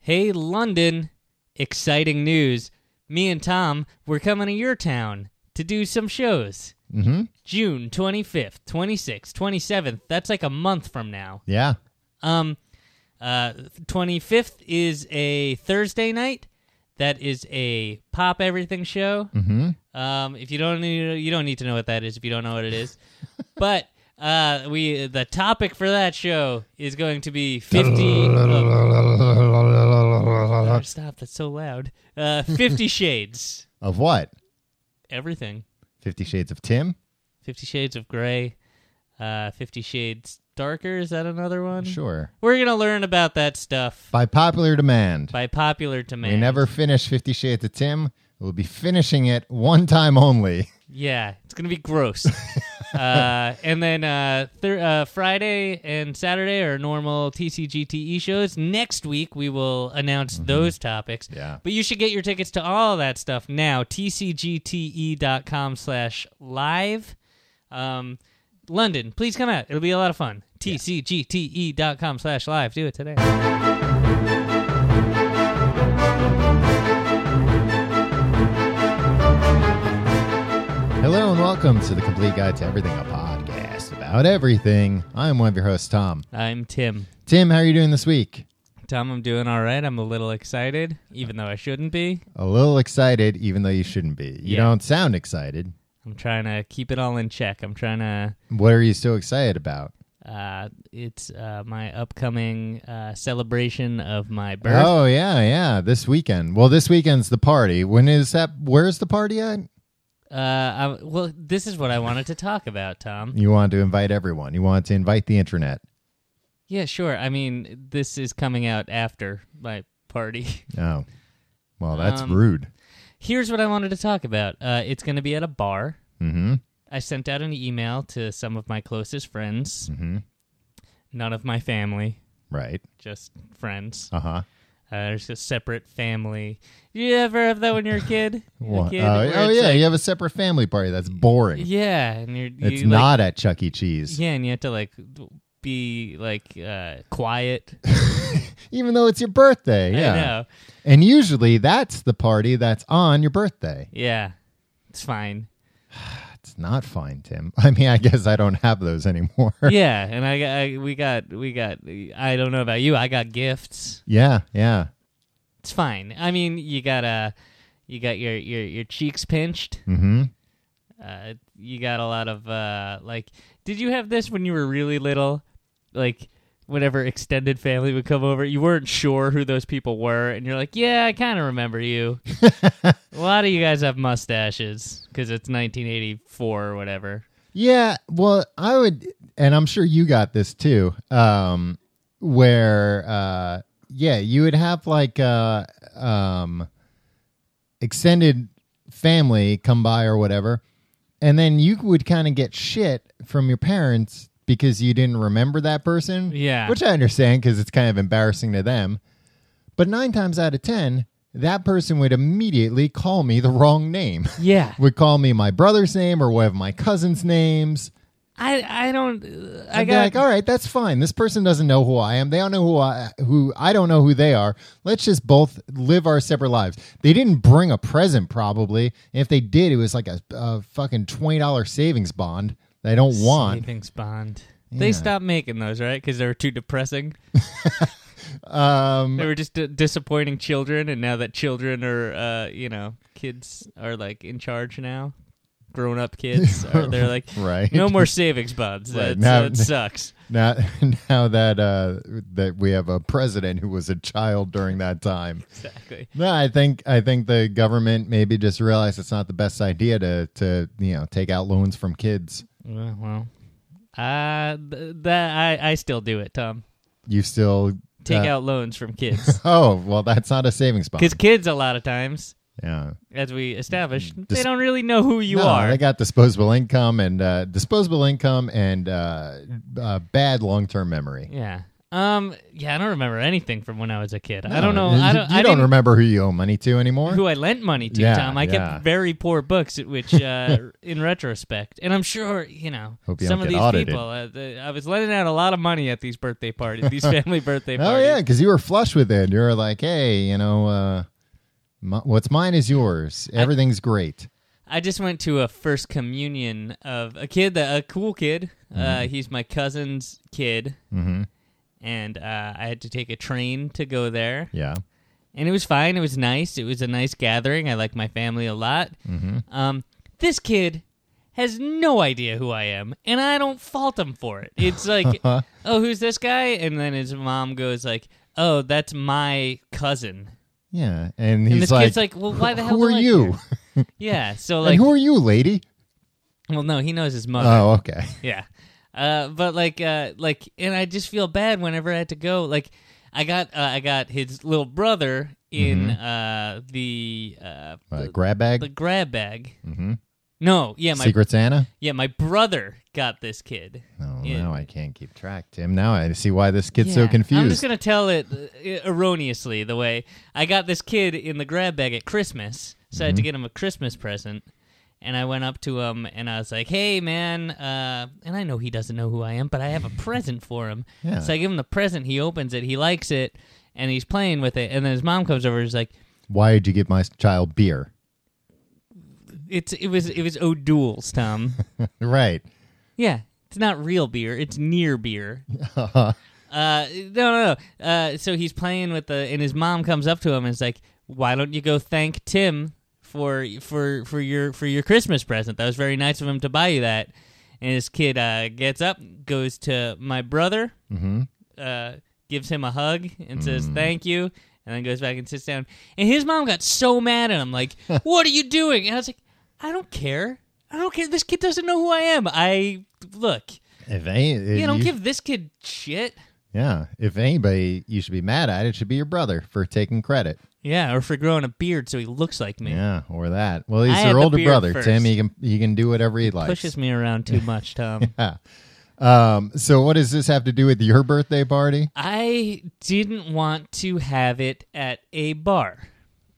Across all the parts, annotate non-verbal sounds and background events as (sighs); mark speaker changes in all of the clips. Speaker 1: Hey, London, exciting news. Me and Tom, we're coming to your town to do some shows.
Speaker 2: Mm-hmm.
Speaker 1: June 25th, 26th, 27th. That's like a month from now.
Speaker 2: Yeah.
Speaker 1: Um, uh, 25th is a Thursday night. That is a pop everything show.
Speaker 2: Mm-hmm.
Speaker 1: Um, if you don't need, you don't need to know what that is if you don't know what it is.
Speaker 2: (laughs)
Speaker 1: but uh, we the topic for that show is going to be fifty. oh, stop! That's so loud. Uh, Fifty
Speaker 2: (laughs)
Speaker 1: Shades.
Speaker 2: Of what?
Speaker 1: Everything.
Speaker 2: Fifty Shades of Tim?
Speaker 1: Fifty Shades of Grey. Uh, Fifty Shades Darker. Is that another one?
Speaker 2: Sure.
Speaker 1: We're gonna learn about that stuff
Speaker 2: By popular demand.
Speaker 1: by popular demand.
Speaker 2: we never finish Fifty Shades of Tim. We'll be finishing it one time only.
Speaker 1: Yeah, it's gonna be
Speaker 2: (laughs)
Speaker 1: gross. uh, and then uh, thir- uh, Friday and Saturday are normal TCGTE E shows. Next week we will announce those topics.
Speaker 2: Mm-hmm. Yeah.
Speaker 1: But you should get your tickets to all of that stuff now. TCGTE.com E slash live. Um, London, please come out. It'll be a lot of fun. TCGTE.com E slash live. Do it today.
Speaker 2: Hello and welcome to the Complete Guide to Everything, a podcast about everything. I am one of your hosts, Tom.
Speaker 1: I'm Tim.
Speaker 2: Tim, how are you doing this week?
Speaker 1: Tom, I'm doing all right. I'm a little excited, even though I shouldn't be.
Speaker 2: A little excited, even though you shouldn't be. You
Speaker 1: Yeah.
Speaker 2: don't sound excited.
Speaker 1: I'm trying to keep it all in check. I'm trying to.
Speaker 2: What are you so excited about?
Speaker 1: Uh, it's uh, my upcoming uh, celebration of my birth.
Speaker 2: Oh yeah, yeah. This weekend. Well, this weekend's the party. When is that? Where's the party at?
Speaker 1: Uh, I, well, this is what I wanted to talk about, Tom.
Speaker 2: You want to invite everyone. You want to invite the internet.
Speaker 1: Yeah, sure. I mean, this is coming out after my party. (laughs)
Speaker 2: Oh, well, that's
Speaker 1: Um,
Speaker 2: rude.
Speaker 1: Here's what I wanted to talk about. Uh, it's going to be at a bar.
Speaker 2: Mm-hmm.
Speaker 1: I sent out an email to some of my closest friends,
Speaker 2: Mhm.
Speaker 1: none of my family,
Speaker 2: Right.
Speaker 1: just friends.
Speaker 2: Uh huh.
Speaker 1: Uh, there's a separate family. You ever have that when you're a kid? You're a
Speaker 2: Oh,
Speaker 1: kid
Speaker 2: oh,
Speaker 1: where it's
Speaker 2: yeah.
Speaker 1: like-
Speaker 2: you have a separate family party. That's (laughs) boring.
Speaker 1: Yeah, and you're you,
Speaker 2: it's
Speaker 1: like-
Speaker 2: not at Chuck E. Cheese,
Speaker 1: Yeah, and you have to like be like uh, quiet. (laughs)
Speaker 2: even though it's your birthday.
Speaker 1: I
Speaker 2: Yeah.
Speaker 1: know.
Speaker 2: And usually that's the party that's on your birthday.
Speaker 1: Yeah, it's fine.
Speaker 2: That's not fine, Tim. (laughs) I mean, I guess I don't have those anymore.
Speaker 1: yeah, and I, I we got we got. I don't know about you. I got gifts.
Speaker 2: yeah. Yeah.
Speaker 1: It's fine. I mean, you got uh you got your your your cheeks pinched.
Speaker 2: Mm-hmm.
Speaker 1: Uh, you got a lot of uh like. Did you have this when you were really little? Like. Whenever extended family would come over, you weren't sure who those people were, and you're like, "Yeah, I kind of remember
Speaker 2: (laughs)
Speaker 1: you." A lot of you guys have mustaches because it's 1984 or whatever.
Speaker 2: Yeah, well, I would, and I'm sure you got this too. Um, where, uh, yeah, you would have like uh, um, extended family come by or whatever, and then you would kind of get shit from your parents because you didn't remember that person.
Speaker 1: Yeah.
Speaker 2: which I understand because it's kind of embarrassing to them. But nine times out of ten, that person would immediately call me the wrong name. (laughs)
Speaker 1: Yeah,
Speaker 2: would call me my brother's name or one of my cousin's names.
Speaker 1: I I don't uh, I
Speaker 2: I'd be
Speaker 1: got
Speaker 2: like, all right, that's fine. This person doesn't know who I am. They don't know who I who I don't know who they are. Let's just both live our separate lives. They didn't bring a present, probably. And if they did, it was like a, a fucking twenty dollar savings bond that I don't want.
Speaker 1: savings bond. They stopped making those right because they were too depressing.
Speaker 2: Um,
Speaker 1: They were just d- disappointing children, and now that children are uh you know kids are like in charge now, grown up
Speaker 2: (laughs)
Speaker 1: kids are they're like
Speaker 2: Right.
Speaker 1: no more savings bonds.
Speaker 2: Right,
Speaker 1: That's,
Speaker 2: now-
Speaker 1: that sucks.
Speaker 2: (laughs) now, (laughs) now that uh, that we have a president who was a child during that time.
Speaker 1: Exactly.
Speaker 2: No, I think I think the government maybe just realized it's not the best idea to to you know take out loans from kids.
Speaker 1: Well, well, uh, th- that I I still do it, Tom.
Speaker 2: You still
Speaker 1: Take
Speaker 2: uh,
Speaker 1: out loans
Speaker 2: (laughs)
Speaker 1: from kids
Speaker 2: Oh well, that's not a savings bond.
Speaker 1: because kids a lot of times.
Speaker 2: Yeah,
Speaker 1: as we established, they
Speaker 2: Dis-
Speaker 1: don't really know who you
Speaker 2: Mm-hmm. No,
Speaker 1: are.
Speaker 2: They got disposable income and uh, disposable income and uh, uh, bad long term memory.
Speaker 1: yeah. Um, yeah, I don't remember anything from when I was a kid. I
Speaker 2: No,
Speaker 1: don't know.
Speaker 2: You,
Speaker 1: I don't.
Speaker 2: you
Speaker 1: I
Speaker 2: don't
Speaker 1: didn't-
Speaker 2: remember who you owe money to anymore.
Speaker 1: who I lent money to,
Speaker 2: Yeah,
Speaker 1: Tom. I
Speaker 2: yeah.
Speaker 1: kept very poor books, at which,
Speaker 2: (laughs)
Speaker 1: uh, in retrospect, and I'm sure you know
Speaker 2: Hope you
Speaker 1: some
Speaker 2: don't
Speaker 1: of
Speaker 2: get
Speaker 1: these
Speaker 2: audited.
Speaker 1: people. Uh, the, I was letting out a lot of money at these birthday parties,
Speaker 2: (laughs)
Speaker 1: these family birthday
Speaker 2: oh
Speaker 1: parties.
Speaker 2: yeah, because you were flush with it. You were like, hey, you know, uh, my, what's mine is yours. Everything's great.
Speaker 1: I just went to a first communion of a kid, that, a cool kid. Uh,
Speaker 2: Mm-hmm.
Speaker 1: he's my cousin's kid,
Speaker 2: hmm
Speaker 1: and uh, I had to take a train to go there.
Speaker 2: Yeah.
Speaker 1: and it was fine. It was nice. It was a nice gathering. I like my family a lot.
Speaker 2: Mm-hmm.
Speaker 1: Um, this kid has no idea who I am, and I don't fault him for it. It's
Speaker 2: (laughs)
Speaker 1: like,
Speaker 2: Uh-huh.
Speaker 1: oh, who's this guy? And then his mom goes like, oh, that's my cousin.
Speaker 2: Yeah. And
Speaker 1: And
Speaker 2: he's
Speaker 1: this
Speaker 2: like,
Speaker 1: kid's like, well, why the
Speaker 2: who
Speaker 1: hell
Speaker 2: are
Speaker 1: do I
Speaker 2: you?
Speaker 1: care? Yeah. So
Speaker 2: and
Speaker 1: like,
Speaker 2: who are you, lady?
Speaker 1: well, no, he knows his mother.
Speaker 2: Oh, okay. (laughs)
Speaker 1: Yeah. Uh, but like, uh, like, and I just feel bad whenever I had to go. Like, I got, uh, I got his little brother in
Speaker 2: Mm-hmm.
Speaker 1: uh, the uh,
Speaker 2: Uh, grab bag.
Speaker 1: the grab bag.
Speaker 2: hmm
Speaker 1: No, yeah, my
Speaker 2: Secret Santa.
Speaker 1: yeah, my brother got this kid.
Speaker 2: No,
Speaker 1: Yeah.
Speaker 2: now I can't keep track, Tim. Now I see why this kid's
Speaker 1: Yeah.
Speaker 2: so confused.
Speaker 1: I'm just gonna tell it uh, erroneously the way I got this kid in the grab bag at Christmas, so I
Speaker 2: Mm-hmm.
Speaker 1: had to get him a Christmas present. And I went up to him and I was like, "Hey, man!" Uh, and I know he doesn't know who I am, but I have a present for him.
Speaker 2: Yeah.
Speaker 1: So I give him the present. He opens it. He likes it, and he's playing with it. And then his mom comes over. and is like,
Speaker 2: Why did you give my child beer?
Speaker 1: "It's it was it was O'Doul's, Tom.
Speaker 2: Right.
Speaker 1: yeah, it's not real beer. It's near beer." Uh, no, no, no. Uh, so he's playing with the, and his mom comes up to him and is like, "Why don't you go thank Tim for for for your for your Christmas present? That was very nice of him to buy you that." And this kid uh, gets up, goes to my brother,
Speaker 2: hmm
Speaker 1: uh, gives him a hug, and says,
Speaker 2: Mm.
Speaker 1: "Thank you," and then goes back and sits down. And his mom got so mad at him,
Speaker 2: (laughs)
Speaker 1: like, "What are you doing?" And I was like, "I don't care. I don't care. This kid doesn't know who I am. I look.
Speaker 2: If any, if
Speaker 1: Yeah, don't
Speaker 2: you-
Speaker 1: give this kid shit."
Speaker 2: Yeah. If anybody you should be mad at, it should be your brother for taking credit.
Speaker 1: Yeah, or for growing a beard so he looks like me.
Speaker 2: Yeah, or that. Well, he's
Speaker 1: I had
Speaker 2: your
Speaker 1: the
Speaker 2: older
Speaker 1: beard
Speaker 2: brother,
Speaker 1: first.
Speaker 2: Tim. He can he can do whatever he likes.
Speaker 1: Pushes me around too much,
Speaker 2: (laughs)
Speaker 1: Tom.
Speaker 2: Um. So what does this have to do with your birthday party?
Speaker 1: I didn't want to have it at a bar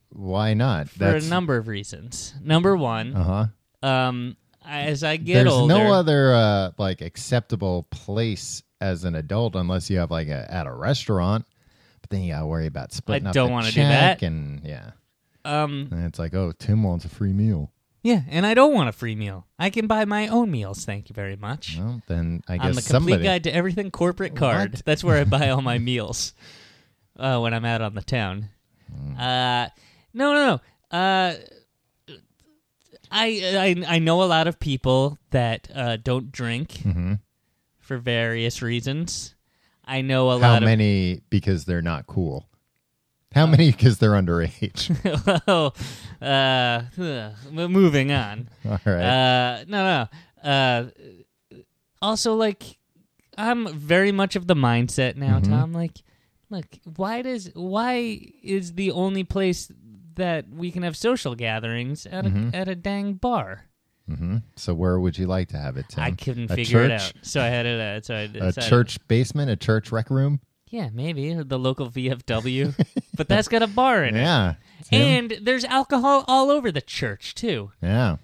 Speaker 2: Why not?
Speaker 1: for a number of reasons. Number one,
Speaker 2: Uh huh.
Speaker 1: um, as I get
Speaker 2: There's
Speaker 1: older,
Speaker 2: no other uh like acceptable place as an adult unless you have like a, at a restaurant. But then you gotta worry about splitting up
Speaker 1: don't
Speaker 2: the
Speaker 1: wanna do
Speaker 2: check
Speaker 1: that.
Speaker 2: and yeah.
Speaker 1: um,
Speaker 2: And it's like, oh, Tim wants a free meal.
Speaker 1: yeah, and I don't want a free meal. I can buy my own meals. Thank you very much.
Speaker 2: Well, then I guess
Speaker 1: I'm the complete
Speaker 2: somebody.
Speaker 1: guide to everything corporate card.
Speaker 2: What?
Speaker 1: That's where I buy all my meals (laughs) uh, when I'm out on the town.
Speaker 2: Hmm.
Speaker 1: Uh, no, no, no. Uh, I, I I know a lot of people that uh, don't drink
Speaker 2: Hmm. Mm-hmm.
Speaker 1: for various reasons. I know a (laughs)
Speaker 2: How
Speaker 1: lot Uh,
Speaker 2: many because they're not cool? How many because
Speaker 1: (laughs)
Speaker 2: they're underage?
Speaker 1: of. well, Oh, uh, ugh, moving on.
Speaker 2: All right.
Speaker 1: Uh, no, no. Uh, also, like, I'm very much of the mindset now,
Speaker 2: Mm-hmm.
Speaker 1: Tom. Like, look, why does why is the only place that we can have social gatherings at
Speaker 2: Mm-hmm.
Speaker 1: a, at a dang bar?
Speaker 2: hmm So where would you like to have it, Tim?
Speaker 1: I couldn't
Speaker 2: a
Speaker 1: figure it
Speaker 2: church?
Speaker 1: out, so I had it. Uh, so I
Speaker 2: A
Speaker 1: decided-
Speaker 2: church basement, a church rec room.
Speaker 1: Yeah, maybe the local VFW, but that's got a bar in it,
Speaker 2: (laughs) Yeah. Tim?
Speaker 1: and there's alcohol all over the church too.
Speaker 2: yeah.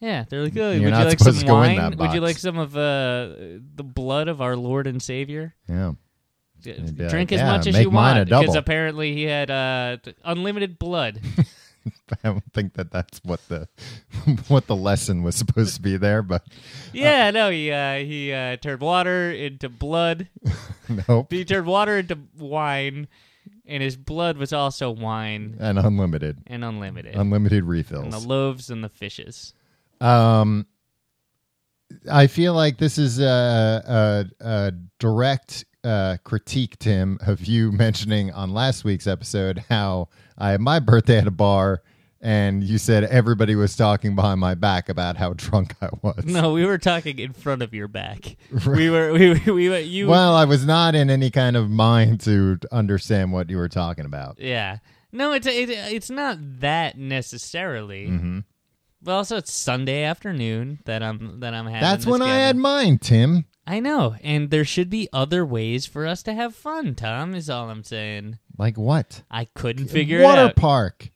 Speaker 1: Yeah, they're like, oh, would
Speaker 2: You're
Speaker 1: you
Speaker 2: not
Speaker 1: like
Speaker 2: supposed
Speaker 1: some
Speaker 2: to go
Speaker 1: wine?
Speaker 2: in that
Speaker 1: Would you
Speaker 2: box."
Speaker 1: like some of uh, the blood of our Lord and Savior?
Speaker 2: Yeah.
Speaker 1: D-
Speaker 2: You'd be
Speaker 1: Drink
Speaker 2: like,
Speaker 1: as
Speaker 2: "Yeah,
Speaker 1: much as
Speaker 2: make
Speaker 1: you
Speaker 2: mine a
Speaker 1: want, because
Speaker 2: double."
Speaker 1: apparently he had uh, t- unlimited
Speaker 2: (laughs)
Speaker 1: blood.
Speaker 2: I don't think that that's what the (laughs) what the lesson was supposed to be there, but (laughs)
Speaker 1: yeah, no, he uh, he uh, turned water into blood.
Speaker 2: nope.
Speaker 1: He turned water into wine, and his blood was also wine
Speaker 2: And unlimited,
Speaker 1: and unlimited,
Speaker 2: unlimited
Speaker 1: and the
Speaker 2: refills.
Speaker 1: loaves and the fishes.
Speaker 2: Um, I feel like this is a a, a direct uh, critique, Tim, of you (laughs) mentioning on last week's episode how I had my birthday at a bar, and you said everybody was talking behind my back about how drunk I was.
Speaker 1: No, we were talking in front of your
Speaker 2: (laughs)
Speaker 1: back. we were we we, we were- you
Speaker 2: Well, I was not in any kind of mind to understand what you were talking about.
Speaker 1: Yeah. No, it's it, it's not that necessarily.
Speaker 2: Mm-hmm.
Speaker 1: But also, it's Sunday afternoon that I'm that I'm having.
Speaker 2: That's
Speaker 1: this
Speaker 2: when I had
Speaker 1: gathering.
Speaker 2: mine, Tim.
Speaker 1: I know, and there should be other ways for us to have fun. Tom is all I'm saying.
Speaker 2: Like what?
Speaker 1: I couldn't figure
Speaker 2: water
Speaker 1: it out.
Speaker 2: park.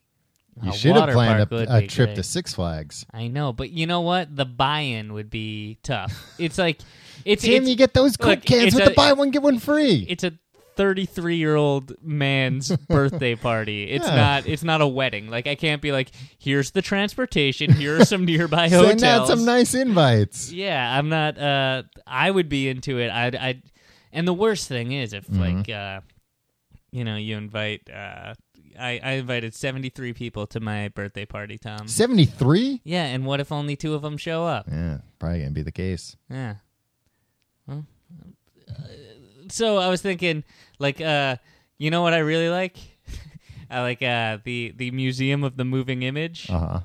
Speaker 2: You
Speaker 1: A
Speaker 2: should have
Speaker 1: water
Speaker 2: planned
Speaker 1: park
Speaker 2: a,
Speaker 1: would
Speaker 2: a
Speaker 1: be
Speaker 2: trip
Speaker 1: great.
Speaker 2: to Six Flags.
Speaker 1: I know, but you know what? The buy-in would be tough. It's
Speaker 2: (laughs)
Speaker 1: like it's
Speaker 2: Tim,
Speaker 1: it's,
Speaker 2: you get those quick
Speaker 1: look,
Speaker 2: cans
Speaker 1: it's
Speaker 2: with
Speaker 1: a-
Speaker 2: the buy one get one free.
Speaker 1: it's a 33 year old
Speaker 2: (laughs)
Speaker 1: man's birthday party. It's
Speaker 2: Yeah.
Speaker 1: not it's not a wedding. Like I can't be like, here's the transportation, here are some
Speaker 2: (laughs)
Speaker 1: nearby hotels.
Speaker 2: Send out some nice invites.
Speaker 1: yeah, I'm not uh I would be into it. I'd I'd and the worst thing is if like uh you know, you invite uh I, I invited 73 people to my birthday party, Tom.
Speaker 2: Seventy three.
Speaker 1: Yeah, and what if only two of them show up?
Speaker 2: Yeah, probably gonna be the case.
Speaker 1: Yeah. Well, uh, so I was thinking, like, uh, you know what I really like? (laughs) I like uh, the the Museum of the Moving Image,
Speaker 2: Uh huh.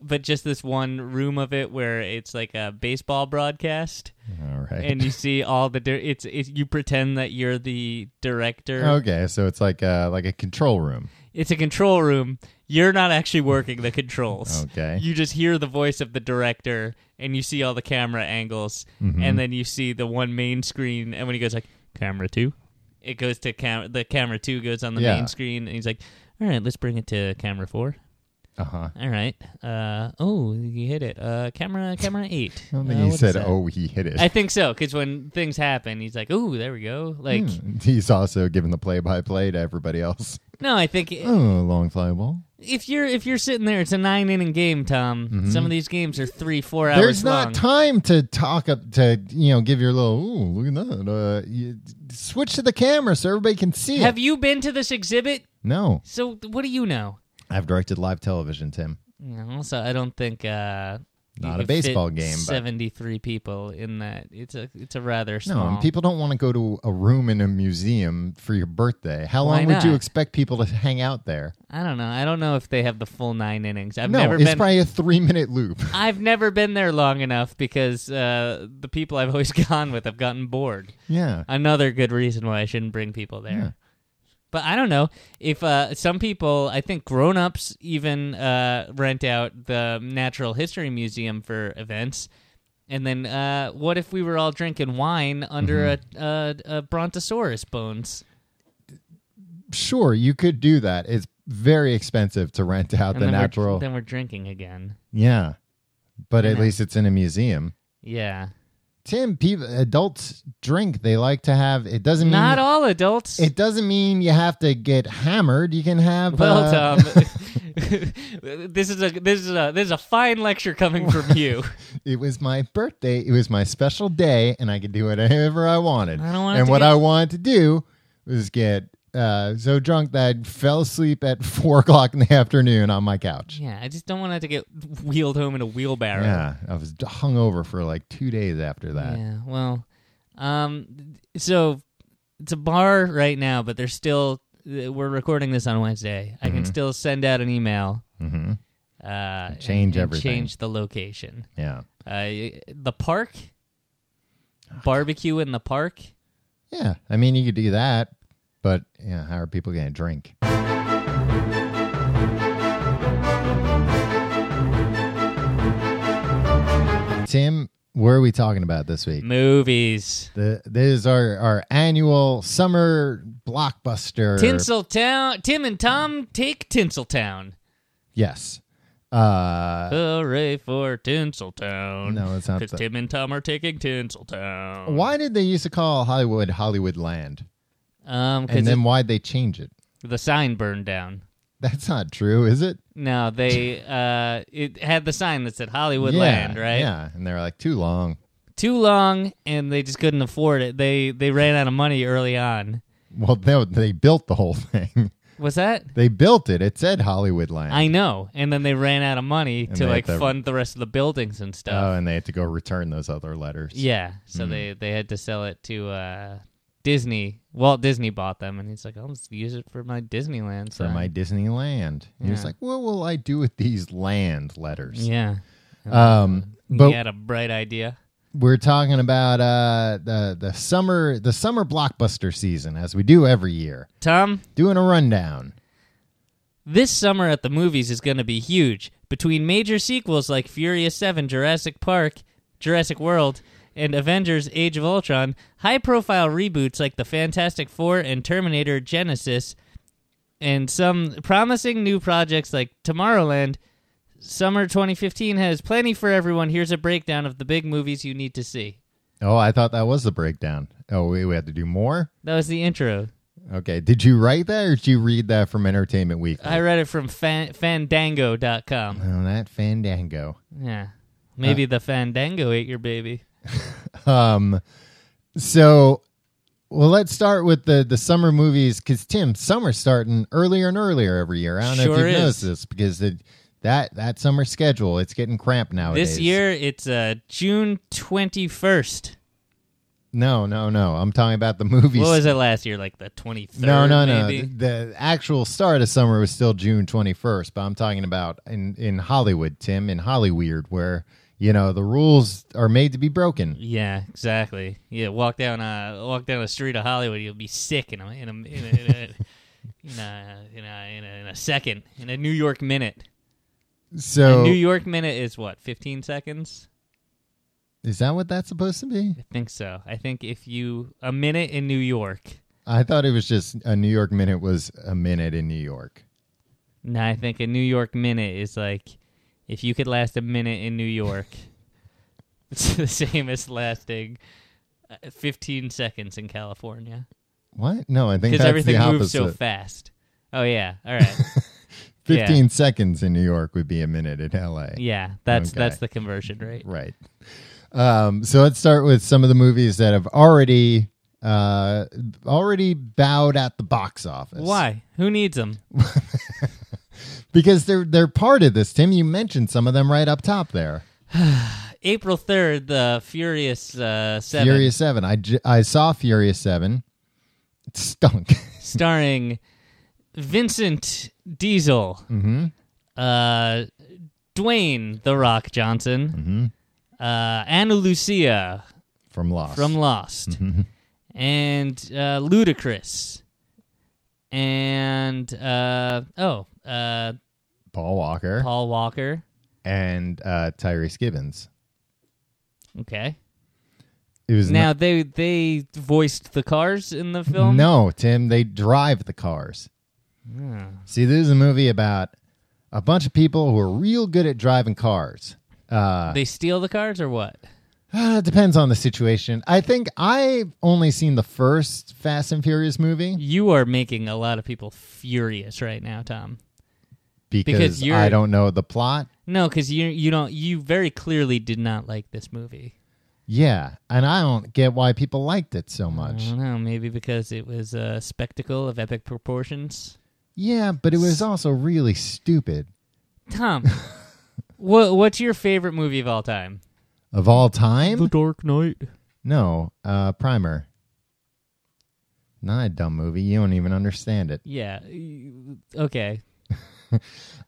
Speaker 1: but just this one room of it where it's like a baseball broadcast,
Speaker 2: All right.
Speaker 1: and you see all the di- it's, it's you pretend that you're the director.
Speaker 2: okay, so it's like a like a control room.
Speaker 1: It's a control room. You're not actually working the controls. (laughs)
Speaker 2: Okay.
Speaker 1: You just hear the voice of the director and you see all the camera angles
Speaker 2: Mm-hmm.
Speaker 1: and then you see the one main screen and when he goes like camera 2, it goes to camera the camera 2 goes on the
Speaker 2: Yeah.
Speaker 1: main screen and he's like, "All right, let's bring it to camera 4."
Speaker 2: Uh huh.
Speaker 1: All right. Uh oh, you hit it. Uh camera camera 8.
Speaker 2: (laughs) I don't
Speaker 1: Uh,
Speaker 2: think
Speaker 1: what
Speaker 2: he
Speaker 1: is
Speaker 2: said,
Speaker 1: that?
Speaker 2: "Oh, he hit it."
Speaker 1: I think so cuz when things happen, he's like, "Ooh, there we go." Like,
Speaker 2: Hmm. He's also giving the play-by-play to everybody else.
Speaker 1: no, I think it-
Speaker 2: Oh, long fly ball.
Speaker 1: if you're if you're sitting there, it's a nine inning game, Tom. Some of these games are three, four hours
Speaker 2: Mm-hmm. There's not
Speaker 1: long.
Speaker 2: time to talk up to you know give your little ooh look at that uh, you, switch to the camera so everybody can see
Speaker 1: Have
Speaker 2: it.
Speaker 1: you been to this exhibit?
Speaker 2: No,
Speaker 1: So what do you know?
Speaker 2: I've directed live television, Tim.
Speaker 1: You know, so I don't think uh, you
Speaker 2: Not a
Speaker 1: could
Speaker 2: baseball
Speaker 1: fit
Speaker 2: game, but-
Speaker 1: Seventy-three people in that. It's a it's a rather
Speaker 2: No,
Speaker 1: small.
Speaker 2: and people don't want to go to a room in a museum for your birthday. How
Speaker 1: Why
Speaker 2: long would you
Speaker 1: not?
Speaker 2: expect people to hang out there?
Speaker 1: I don't know. I don't know if they have the full nine innings. I've
Speaker 2: no,
Speaker 1: never
Speaker 2: it's
Speaker 1: been.
Speaker 2: probably a three-minute loop.
Speaker 1: I've never been there long enough because uh, the people I've always (laughs) gone with have gotten bored.
Speaker 2: (laughs) yeah,
Speaker 1: another good reason why I shouldn't bring people there.
Speaker 2: Yeah.
Speaker 1: But I don't know if uh, some people, I think grown-ups even uh, rent out the Natural History Museum for events. And then uh, what if we were all drinking wine under
Speaker 2: Mm-hmm.
Speaker 1: a, a, a brontosaurus bones?
Speaker 2: sure, you could do that. It's very expensive to rent out
Speaker 1: And
Speaker 2: the
Speaker 1: then we're-
Speaker 2: natural.
Speaker 1: then we're drinking again.
Speaker 2: yeah, but at
Speaker 1: Yeah.
Speaker 2: least it's in a museum.
Speaker 1: Yeah.
Speaker 2: Tim, people, adults drink. They like to have. It doesn't mean
Speaker 1: Not all adults.
Speaker 2: It doesn't mean you have to get hammered. You can have.
Speaker 1: (laughs) well,
Speaker 2: uh,
Speaker 1: Tom, (laughs) this is a this is a this is a fine lecture coming from you.
Speaker 2: (laughs) It was my birthday. It was my special day, and I could do whatever I wanted.
Speaker 1: I don't want it
Speaker 2: and
Speaker 1: to
Speaker 2: what
Speaker 1: get-
Speaker 2: I wanted to do was get uh, so drunk that I fell asleep at (laughs) four o'clock in the afternoon on my couch.
Speaker 1: yeah, I just don't want to have to get wheeled home in a wheelbarrow.
Speaker 2: Yeah, I was hungover for like two days after that.
Speaker 1: Yeah. Well, um, so it's a bar right now, but there's still we're recording this on Wednesday. I
Speaker 2: Mm-hmm.
Speaker 1: can still send out an email.
Speaker 2: hmm
Speaker 1: Uh, and-
Speaker 2: Change
Speaker 1: and
Speaker 2: everything.
Speaker 1: Change the location.
Speaker 2: Yeah,
Speaker 1: Uh, the park. Barbecue in the park.
Speaker 2: yeah. I mean, you could do that, but yeah, how are people going to drink? Tim, what are we talking about this week?
Speaker 1: Movies.
Speaker 2: The, this is our, our annual summer blockbuster.
Speaker 1: Tinseltown. Tim and Tom take Tinseltown.
Speaker 2: Yes. Uh,
Speaker 1: Hooray for Tinseltown.
Speaker 2: no, it's not.
Speaker 1: Because
Speaker 2: the-
Speaker 1: Tim and Tom are taking Tinseltown.
Speaker 2: why did they used to call Hollywood Hollywood Land?
Speaker 1: Um,
Speaker 2: And
Speaker 1: because
Speaker 2: then why'd they change it? (laughs)
Speaker 1: the sign burned down.
Speaker 2: That's not true, is it?
Speaker 1: No, they uh it had the sign that said Hollywood
Speaker 2: yeah,
Speaker 1: Land, right?
Speaker 2: Yeah. And they're like, too long.
Speaker 1: Too long and they just couldn't afford it. They they ran out of money early on.
Speaker 2: Well, they, they built the whole (laughs) thing.
Speaker 1: Was that?
Speaker 2: they built it. It said Hollywood Land.
Speaker 1: I know. And then they ran out of money
Speaker 2: And
Speaker 1: to
Speaker 2: they had
Speaker 1: like
Speaker 2: to-
Speaker 1: fund the rest of the buildings and
Speaker 2: Oh, hmm.
Speaker 1: stuff.
Speaker 2: and they had to go return those other letters.
Speaker 1: yeah. So they they had to sell it to uh Disney. Walt Disney bought them and he's like, I'll just use it for my Disneyland
Speaker 2: For
Speaker 1: sign."
Speaker 2: my Disneyland. He was
Speaker 1: Yeah.
Speaker 2: like, what will I do with these land letters?
Speaker 1: Yeah.
Speaker 2: Um, but
Speaker 1: he had a bright idea.
Speaker 2: we're talking about uh, the the summer the summer blockbuster season as we do every year.
Speaker 1: Tom,
Speaker 2: Doing a rundown.
Speaker 1: This summer at the movies is going to be huge. Between major sequels like Furious 7, Jurassic Park, Jurassic World, and Avengers Age of Ultron, high profile reboots like The Fantastic Four and Terminator Genesis, and some promising new projects like Tomorrowland. Summer 2015 has plenty for everyone. Here's a breakdown of the big movies you need to see.
Speaker 2: Oh, I thought that was the breakdown. Oh, we, we had to do more?
Speaker 1: That was the intro.
Speaker 2: Okay. Did you write that or did you read that from Entertainment Weekly?
Speaker 1: I read it from fan- fandango.com.
Speaker 2: oh, that Fandango.
Speaker 1: Yeah. Maybe the Fandango ate your baby.
Speaker 2: Um, so, well, let's start with the the summer movies because Tim, summer's starting earlier and earlier every year. I don't know if
Speaker 1: Sure
Speaker 2: you've
Speaker 1: is.
Speaker 2: noticed this because the, that that summer schedule it's getting cramped nowadays.
Speaker 1: This year, it's uh, June 21st.
Speaker 2: No, no, no. I'm talking about the movies.
Speaker 1: What was it last year? Like the 23rd?
Speaker 2: no, no, no.
Speaker 1: maybe?
Speaker 2: The, the actual start of summer was still June 21st, but I'm talking about in in Hollywood, Tim, in Hollyweird, where you know the rules are made to be broken.
Speaker 1: Yeah, exactly. Yeah, walk down uh walk down the street of Hollywood, you'll be sick in a in a in a in a, in a, (laughs) in a, in a, in a second in a New York minute. a
Speaker 2: So
Speaker 1: New York minute is what fifteen seconds.
Speaker 2: is that what that's supposed to be?
Speaker 1: I think so. I think if you a minute in New York,
Speaker 2: I thought it was just a New York minute was a minute in New York.
Speaker 1: no, I think a New York minute is like if you could last a minute in New York, (laughs) it's the same as lasting uh, fifteen seconds in California
Speaker 2: What? No, I think
Speaker 1: because
Speaker 2: that's
Speaker 1: everything
Speaker 2: the opposite.
Speaker 1: moves so fast. Oh yeah, all right. yeah.
Speaker 2: (laughs) Fifteen seconds in New York would be a minute in LA.
Speaker 1: Yeah, that's
Speaker 2: Okay.
Speaker 1: that's the conversion rate.
Speaker 2: Right. Um, so let's start with some of the movies that have already uh, already bowed at the box office.
Speaker 1: Why? Who needs them?
Speaker 2: Because they're they're part of this. Tim, you mentioned some of them right up top there.
Speaker 1: April third, the Furious uh, Seven,
Speaker 2: Furious Seven. I, ju- I saw Furious Seven. It stunk. (laughs)
Speaker 1: starring Vincent Diesel,
Speaker 2: hmm
Speaker 1: uh, Dwayne the Rock Johnson, uh, Anna Lucia
Speaker 2: Mm-hmm. From Lost.
Speaker 1: from Lost, and uh, Ludacris, and uh, oh, uh,
Speaker 2: (laughs) Paul Walker
Speaker 1: Paul Walker.
Speaker 2: and uh, Tyrese Gibbons.
Speaker 1: Okay.
Speaker 2: It was
Speaker 1: Now they they voiced the cars in the
Speaker 2: no,
Speaker 1: film.
Speaker 2: no, Tim. They drive the cars.
Speaker 1: Hmm.
Speaker 2: See, this is a movie about a bunch of people who are real good at driving cars. Uh,
Speaker 1: They steal the cars or what?
Speaker 2: Uh, (sighs) it depends on the situation. I think I've only seen the first Fast and Furious movie
Speaker 1: You are making a lot of people furious right now, Tom.
Speaker 2: because,
Speaker 1: Because you're-
Speaker 2: I don't know the plot.
Speaker 1: No, because you you don't you very clearly did not like this movie.
Speaker 2: Yeah, and I don't get why people liked it so much.
Speaker 1: I don't know, maybe because it was a spectacle of epic proportions.
Speaker 2: Yeah, but it was also really stupid.
Speaker 1: Tom, what what's your favorite movie of all time?
Speaker 2: Of all time?
Speaker 1: Dark Knight.
Speaker 2: No, uh Primer. Not a dumb movie. You don't even understand it.
Speaker 1: Yeah. y- Okay.
Speaker 2: (laughs)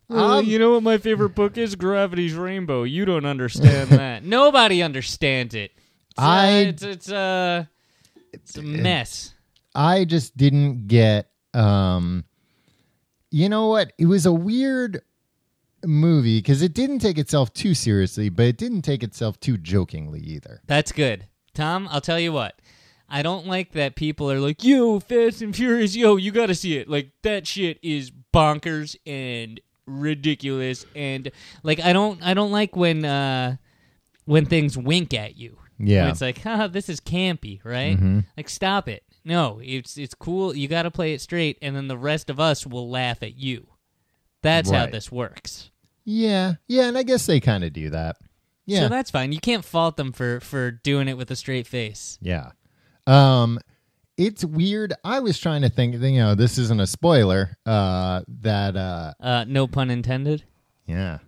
Speaker 2: Um,
Speaker 1: you know what my favorite book is? Gravity's Rainbow. You don't
Speaker 2: (laughs)
Speaker 1: understand that. Nobody understands it. It's, uh,
Speaker 2: I-
Speaker 1: it's, it's, uh, it's a mess.
Speaker 2: I just didn't get um you know what? It was a weird movie because it didn't take itself too seriously, but it didn't take itself too jokingly either.
Speaker 1: That's good. Tom, I'll tell you what. I don't like that people are like, yo, Fast and Furious, yo, you gotta see it. Like, that shit is bonkers and ridiculous and like I don't I don't like when uh when things wink at you.
Speaker 2: Yeah. Mm-hmm.
Speaker 1: When it's like, huh, this is campy, right? Like stop it. No, it's it's cool. You gotta play it straight and then the rest of us will laugh at you. That's how
Speaker 2: Right.
Speaker 1: this works.
Speaker 2: Yeah. Yeah, and I guess they kind of do that. Yeah.
Speaker 1: So that's fine. You can't fault them for for doing it with a straight face.
Speaker 2: yeah. Um it's weird. I was trying to think, you know, this isn't a spoiler, uh that uh
Speaker 1: Uh no pun intended.
Speaker 2: yeah.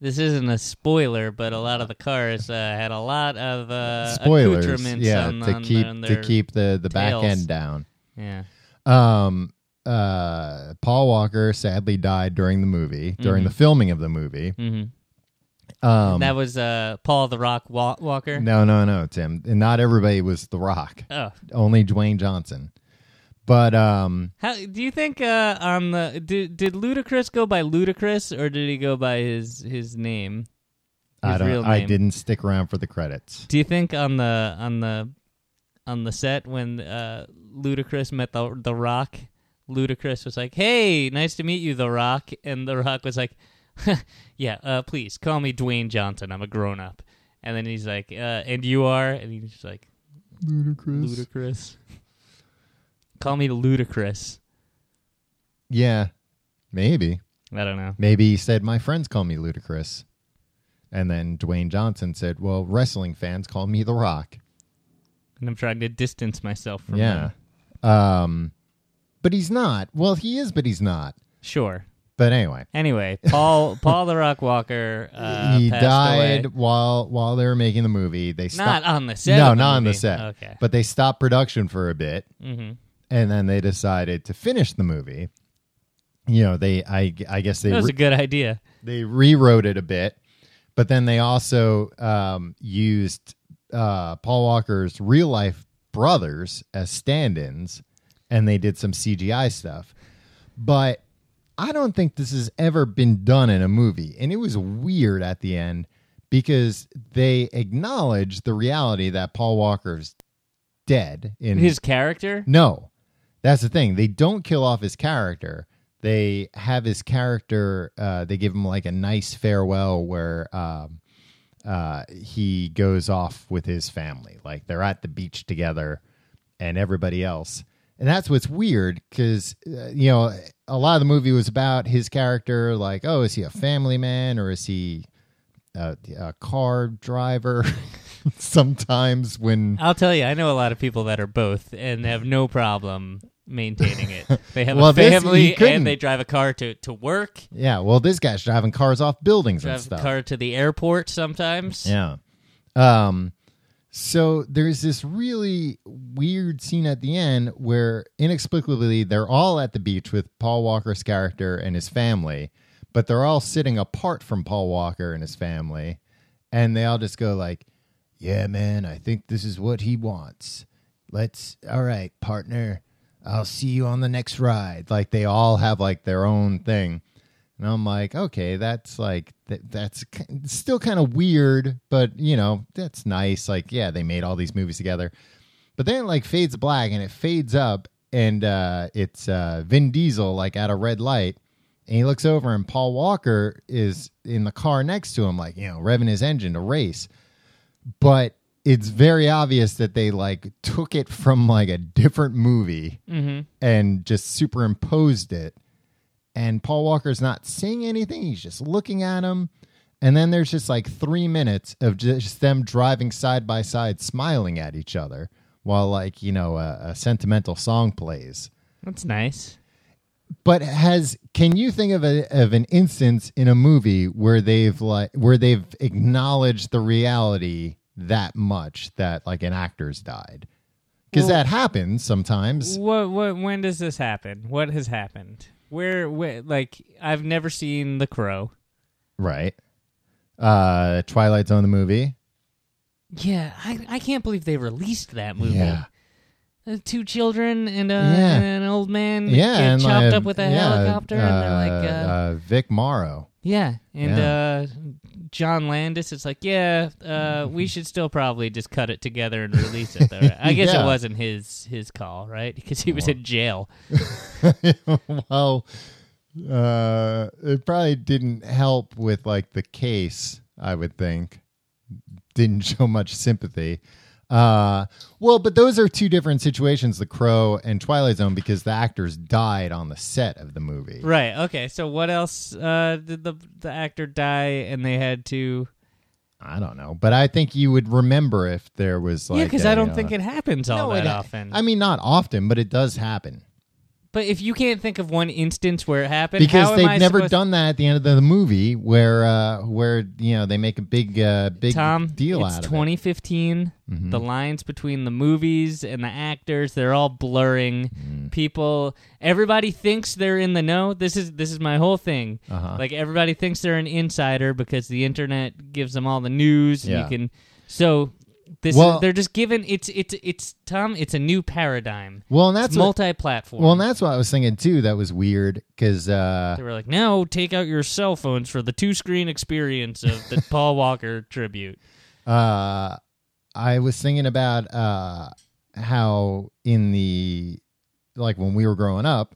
Speaker 1: this isn't a spoiler, but a lot of the cars uh, had a lot of uh,
Speaker 2: Spoilers.
Speaker 1: accoutrements
Speaker 2: Yeah,
Speaker 1: on,
Speaker 2: to
Speaker 1: on
Speaker 2: keep
Speaker 1: their, on
Speaker 2: to
Speaker 1: their-
Speaker 2: keep the the back
Speaker 1: tails.
Speaker 2: end down.
Speaker 1: Yeah,
Speaker 2: um uh paul walker sadly died during the movie during the filming of the movie
Speaker 1: hmm
Speaker 2: um
Speaker 1: Mm-hmm. that was uh, Paul the Rock Wa- Walker.
Speaker 2: no no no tim and not everybody was the rock
Speaker 1: Oh,
Speaker 2: only dwayne johnson but um
Speaker 1: how do you think uh, on the did did Ludacris go by Ludacris or did he go by his his name?
Speaker 2: I
Speaker 1: His
Speaker 2: don't.
Speaker 1: real
Speaker 2: I
Speaker 1: name.
Speaker 2: didn't stick around for the credits.
Speaker 1: Do you think on the on the on the set when uh, Ludacris met the the Rock, Ludacris was like, "Hey, nice to meet you, The Rock," and The Rock was like, (laughs) "Yeah, uh, please call me Dwayne Johnson. I'm a grown up." And then he's like, uh, "And you are?" And he's just like,
Speaker 2: Ludicrous.
Speaker 1: "Ludacris, call me Ludacris."
Speaker 2: yeah, maybe.
Speaker 1: I don't know.
Speaker 2: Maybe he said, "My friends call me Ludicrous," and then Dwayne Johnson said, "Well, wrestling fans call me The Rock."
Speaker 1: And I'm trying to distance myself from
Speaker 2: yeah,
Speaker 1: him.
Speaker 2: um, but he's not. Well, he is, but he's not.
Speaker 1: Sure.
Speaker 2: But anyway,
Speaker 1: Anyway,
Speaker 2: (laughs)
Speaker 1: Paul Paul the Rock Walker uh,
Speaker 2: he
Speaker 1: passed
Speaker 2: died
Speaker 1: away.
Speaker 2: while while they were making the movie. They stopped.
Speaker 1: Not on the set.
Speaker 2: no,
Speaker 1: of
Speaker 2: not on the
Speaker 1: movie.
Speaker 2: set.
Speaker 1: Okay.
Speaker 2: But they stopped production for a bit,
Speaker 1: mm-hmm.
Speaker 2: and then they decided to finish the movie. You know, they I I guess they
Speaker 1: That was
Speaker 2: re-
Speaker 1: a good idea.
Speaker 2: they rewrote it a bit, but then they also um, used uh, Paul Walker's real life brothers as stand-ins, and they did some CGI stuff. But I don't think this has ever been done in a movie, and it was weird at the end because they acknowledge the reality that Paul Walker's dead in
Speaker 1: His character?
Speaker 2: Mm. no, that's the thing. They don't kill off his character. They have his character. Uh, they give him like a nice farewell where um, uh, he goes off with his family. Like they're at the beach together, and everybody else. And that's what's weird because uh, you know a lot of the movie was about his character. Like, oh, is he a family man or is he a, a car driver? (laughs) Sometimes when
Speaker 1: I'll tell you, I know a lot of people that are both and have no problem maintaining
Speaker 2: (laughs)
Speaker 1: it. They have
Speaker 2: Well,
Speaker 1: a
Speaker 2: this- he
Speaker 1: family
Speaker 2: couldn't.
Speaker 1: and they drive a car to, to work,
Speaker 2: yeah, well, this guy's driving cars off buildings and
Speaker 1: drive
Speaker 2: stuff.
Speaker 1: a car to the airport sometimes.
Speaker 2: Yeah. Um so there's this really weird scene at the end where inexplicably they're all at the beach with Paul Walker's character and his family, but they're all sitting apart from Paul Walker and his family, and they all just go like, "Yeah, man, I think this is what he wants. Let's All right, partner. I'll see you on the next ride." Like they all have like their own thing. And I'm like, okay, that's like th- that's k- still kind of weird, but you know, that's nice. Like, yeah, they made all these movies together, but then it like fades black and it fades up, and uh, it's uh, Vin Diesel like at a red light, and he looks over, and Paul Walker is in the car next to him, like you know, revving his engine to race, but it's very obvious that they like took it from like a different movie and just superimposed it and Paul Walker's not saying anything. He's just looking at him. And then there's just like three minutes of just them driving side by side, smiling at each other while, like, you know, a, a sentimental song plays.
Speaker 1: That's nice.
Speaker 2: But has can you think of a, of an instance in a movie where they've like where they've acknowledged the reality that much that like an actor's died? Because
Speaker 1: Well-
Speaker 2: that happens sometimes.
Speaker 1: What, what, when does this happen? What has happened? Where, where, like, I've never seen The Crow.
Speaker 2: Right. Uh Twilight Zone the movie.
Speaker 1: Yeah, I, I can't believe they released that movie.
Speaker 2: Yeah.
Speaker 1: Uh, two children and, uh,
Speaker 2: Yeah.
Speaker 1: and an old man
Speaker 2: yeah,
Speaker 1: get
Speaker 2: and
Speaker 1: chopped
Speaker 2: like,
Speaker 1: up with a
Speaker 2: yeah,
Speaker 1: helicopter, and they're like,
Speaker 2: uh,
Speaker 1: uh,
Speaker 2: uh, Vic Morrow. (laughs)
Speaker 1: Yeah, and Uh, John Landis, it's like, yeah, uh, we should still probably just cut it together and release it. Though, right?
Speaker 2: (laughs)
Speaker 1: I guess
Speaker 2: Yeah.
Speaker 1: it wasn't his his call, right? Because he was in jail.
Speaker 2: well, uh, it probably didn't help with like the case. I would think didn't (laughs) show much sympathy. Uh, well, but those are two different situations: The Crow and Twilight Zone, because the actors died on the set of the movie.
Speaker 1: Right. Okay. So what else uh, did the the actor die, and they had to?
Speaker 2: I don't know, but I think you would remember if there was like
Speaker 1: yeah, because
Speaker 2: I
Speaker 1: I don't think it happens all that often.
Speaker 2: I mean, not often, but it does happen.
Speaker 1: but if you can't think of one instance where it happened,
Speaker 2: because
Speaker 1: how am
Speaker 2: they've
Speaker 1: I
Speaker 2: never
Speaker 1: supposed-
Speaker 2: done that at the end of the movie where uh where you know they make a big uh big
Speaker 1: Tom,
Speaker 2: deal
Speaker 1: it's
Speaker 2: out of it. Mm-hmm.
Speaker 1: 2015. The lines between the movies and the actors, they're all blurring.
Speaker 2: Mm.
Speaker 1: People, everybody thinks they're in the know. This is this is my whole thing.
Speaker 2: Uh-huh.
Speaker 1: Like everybody thinks they're an insider because the internet gives them all the news and
Speaker 2: Yeah.
Speaker 1: you can so This
Speaker 2: Well-
Speaker 1: is, they're just given it's it's it's Tom. It's a new paradigm.
Speaker 2: Well, and
Speaker 1: It's
Speaker 2: that's what,
Speaker 1: multi-platform.
Speaker 2: well, and that's what I was thinking too. That was weird because uh,
Speaker 1: they were like, "No, take out your cell phones for the two-screen experience of
Speaker 2: (laughs)
Speaker 1: the Paul Walker tribute."
Speaker 2: uh, I was thinking about uh, how in the like when we were growing up,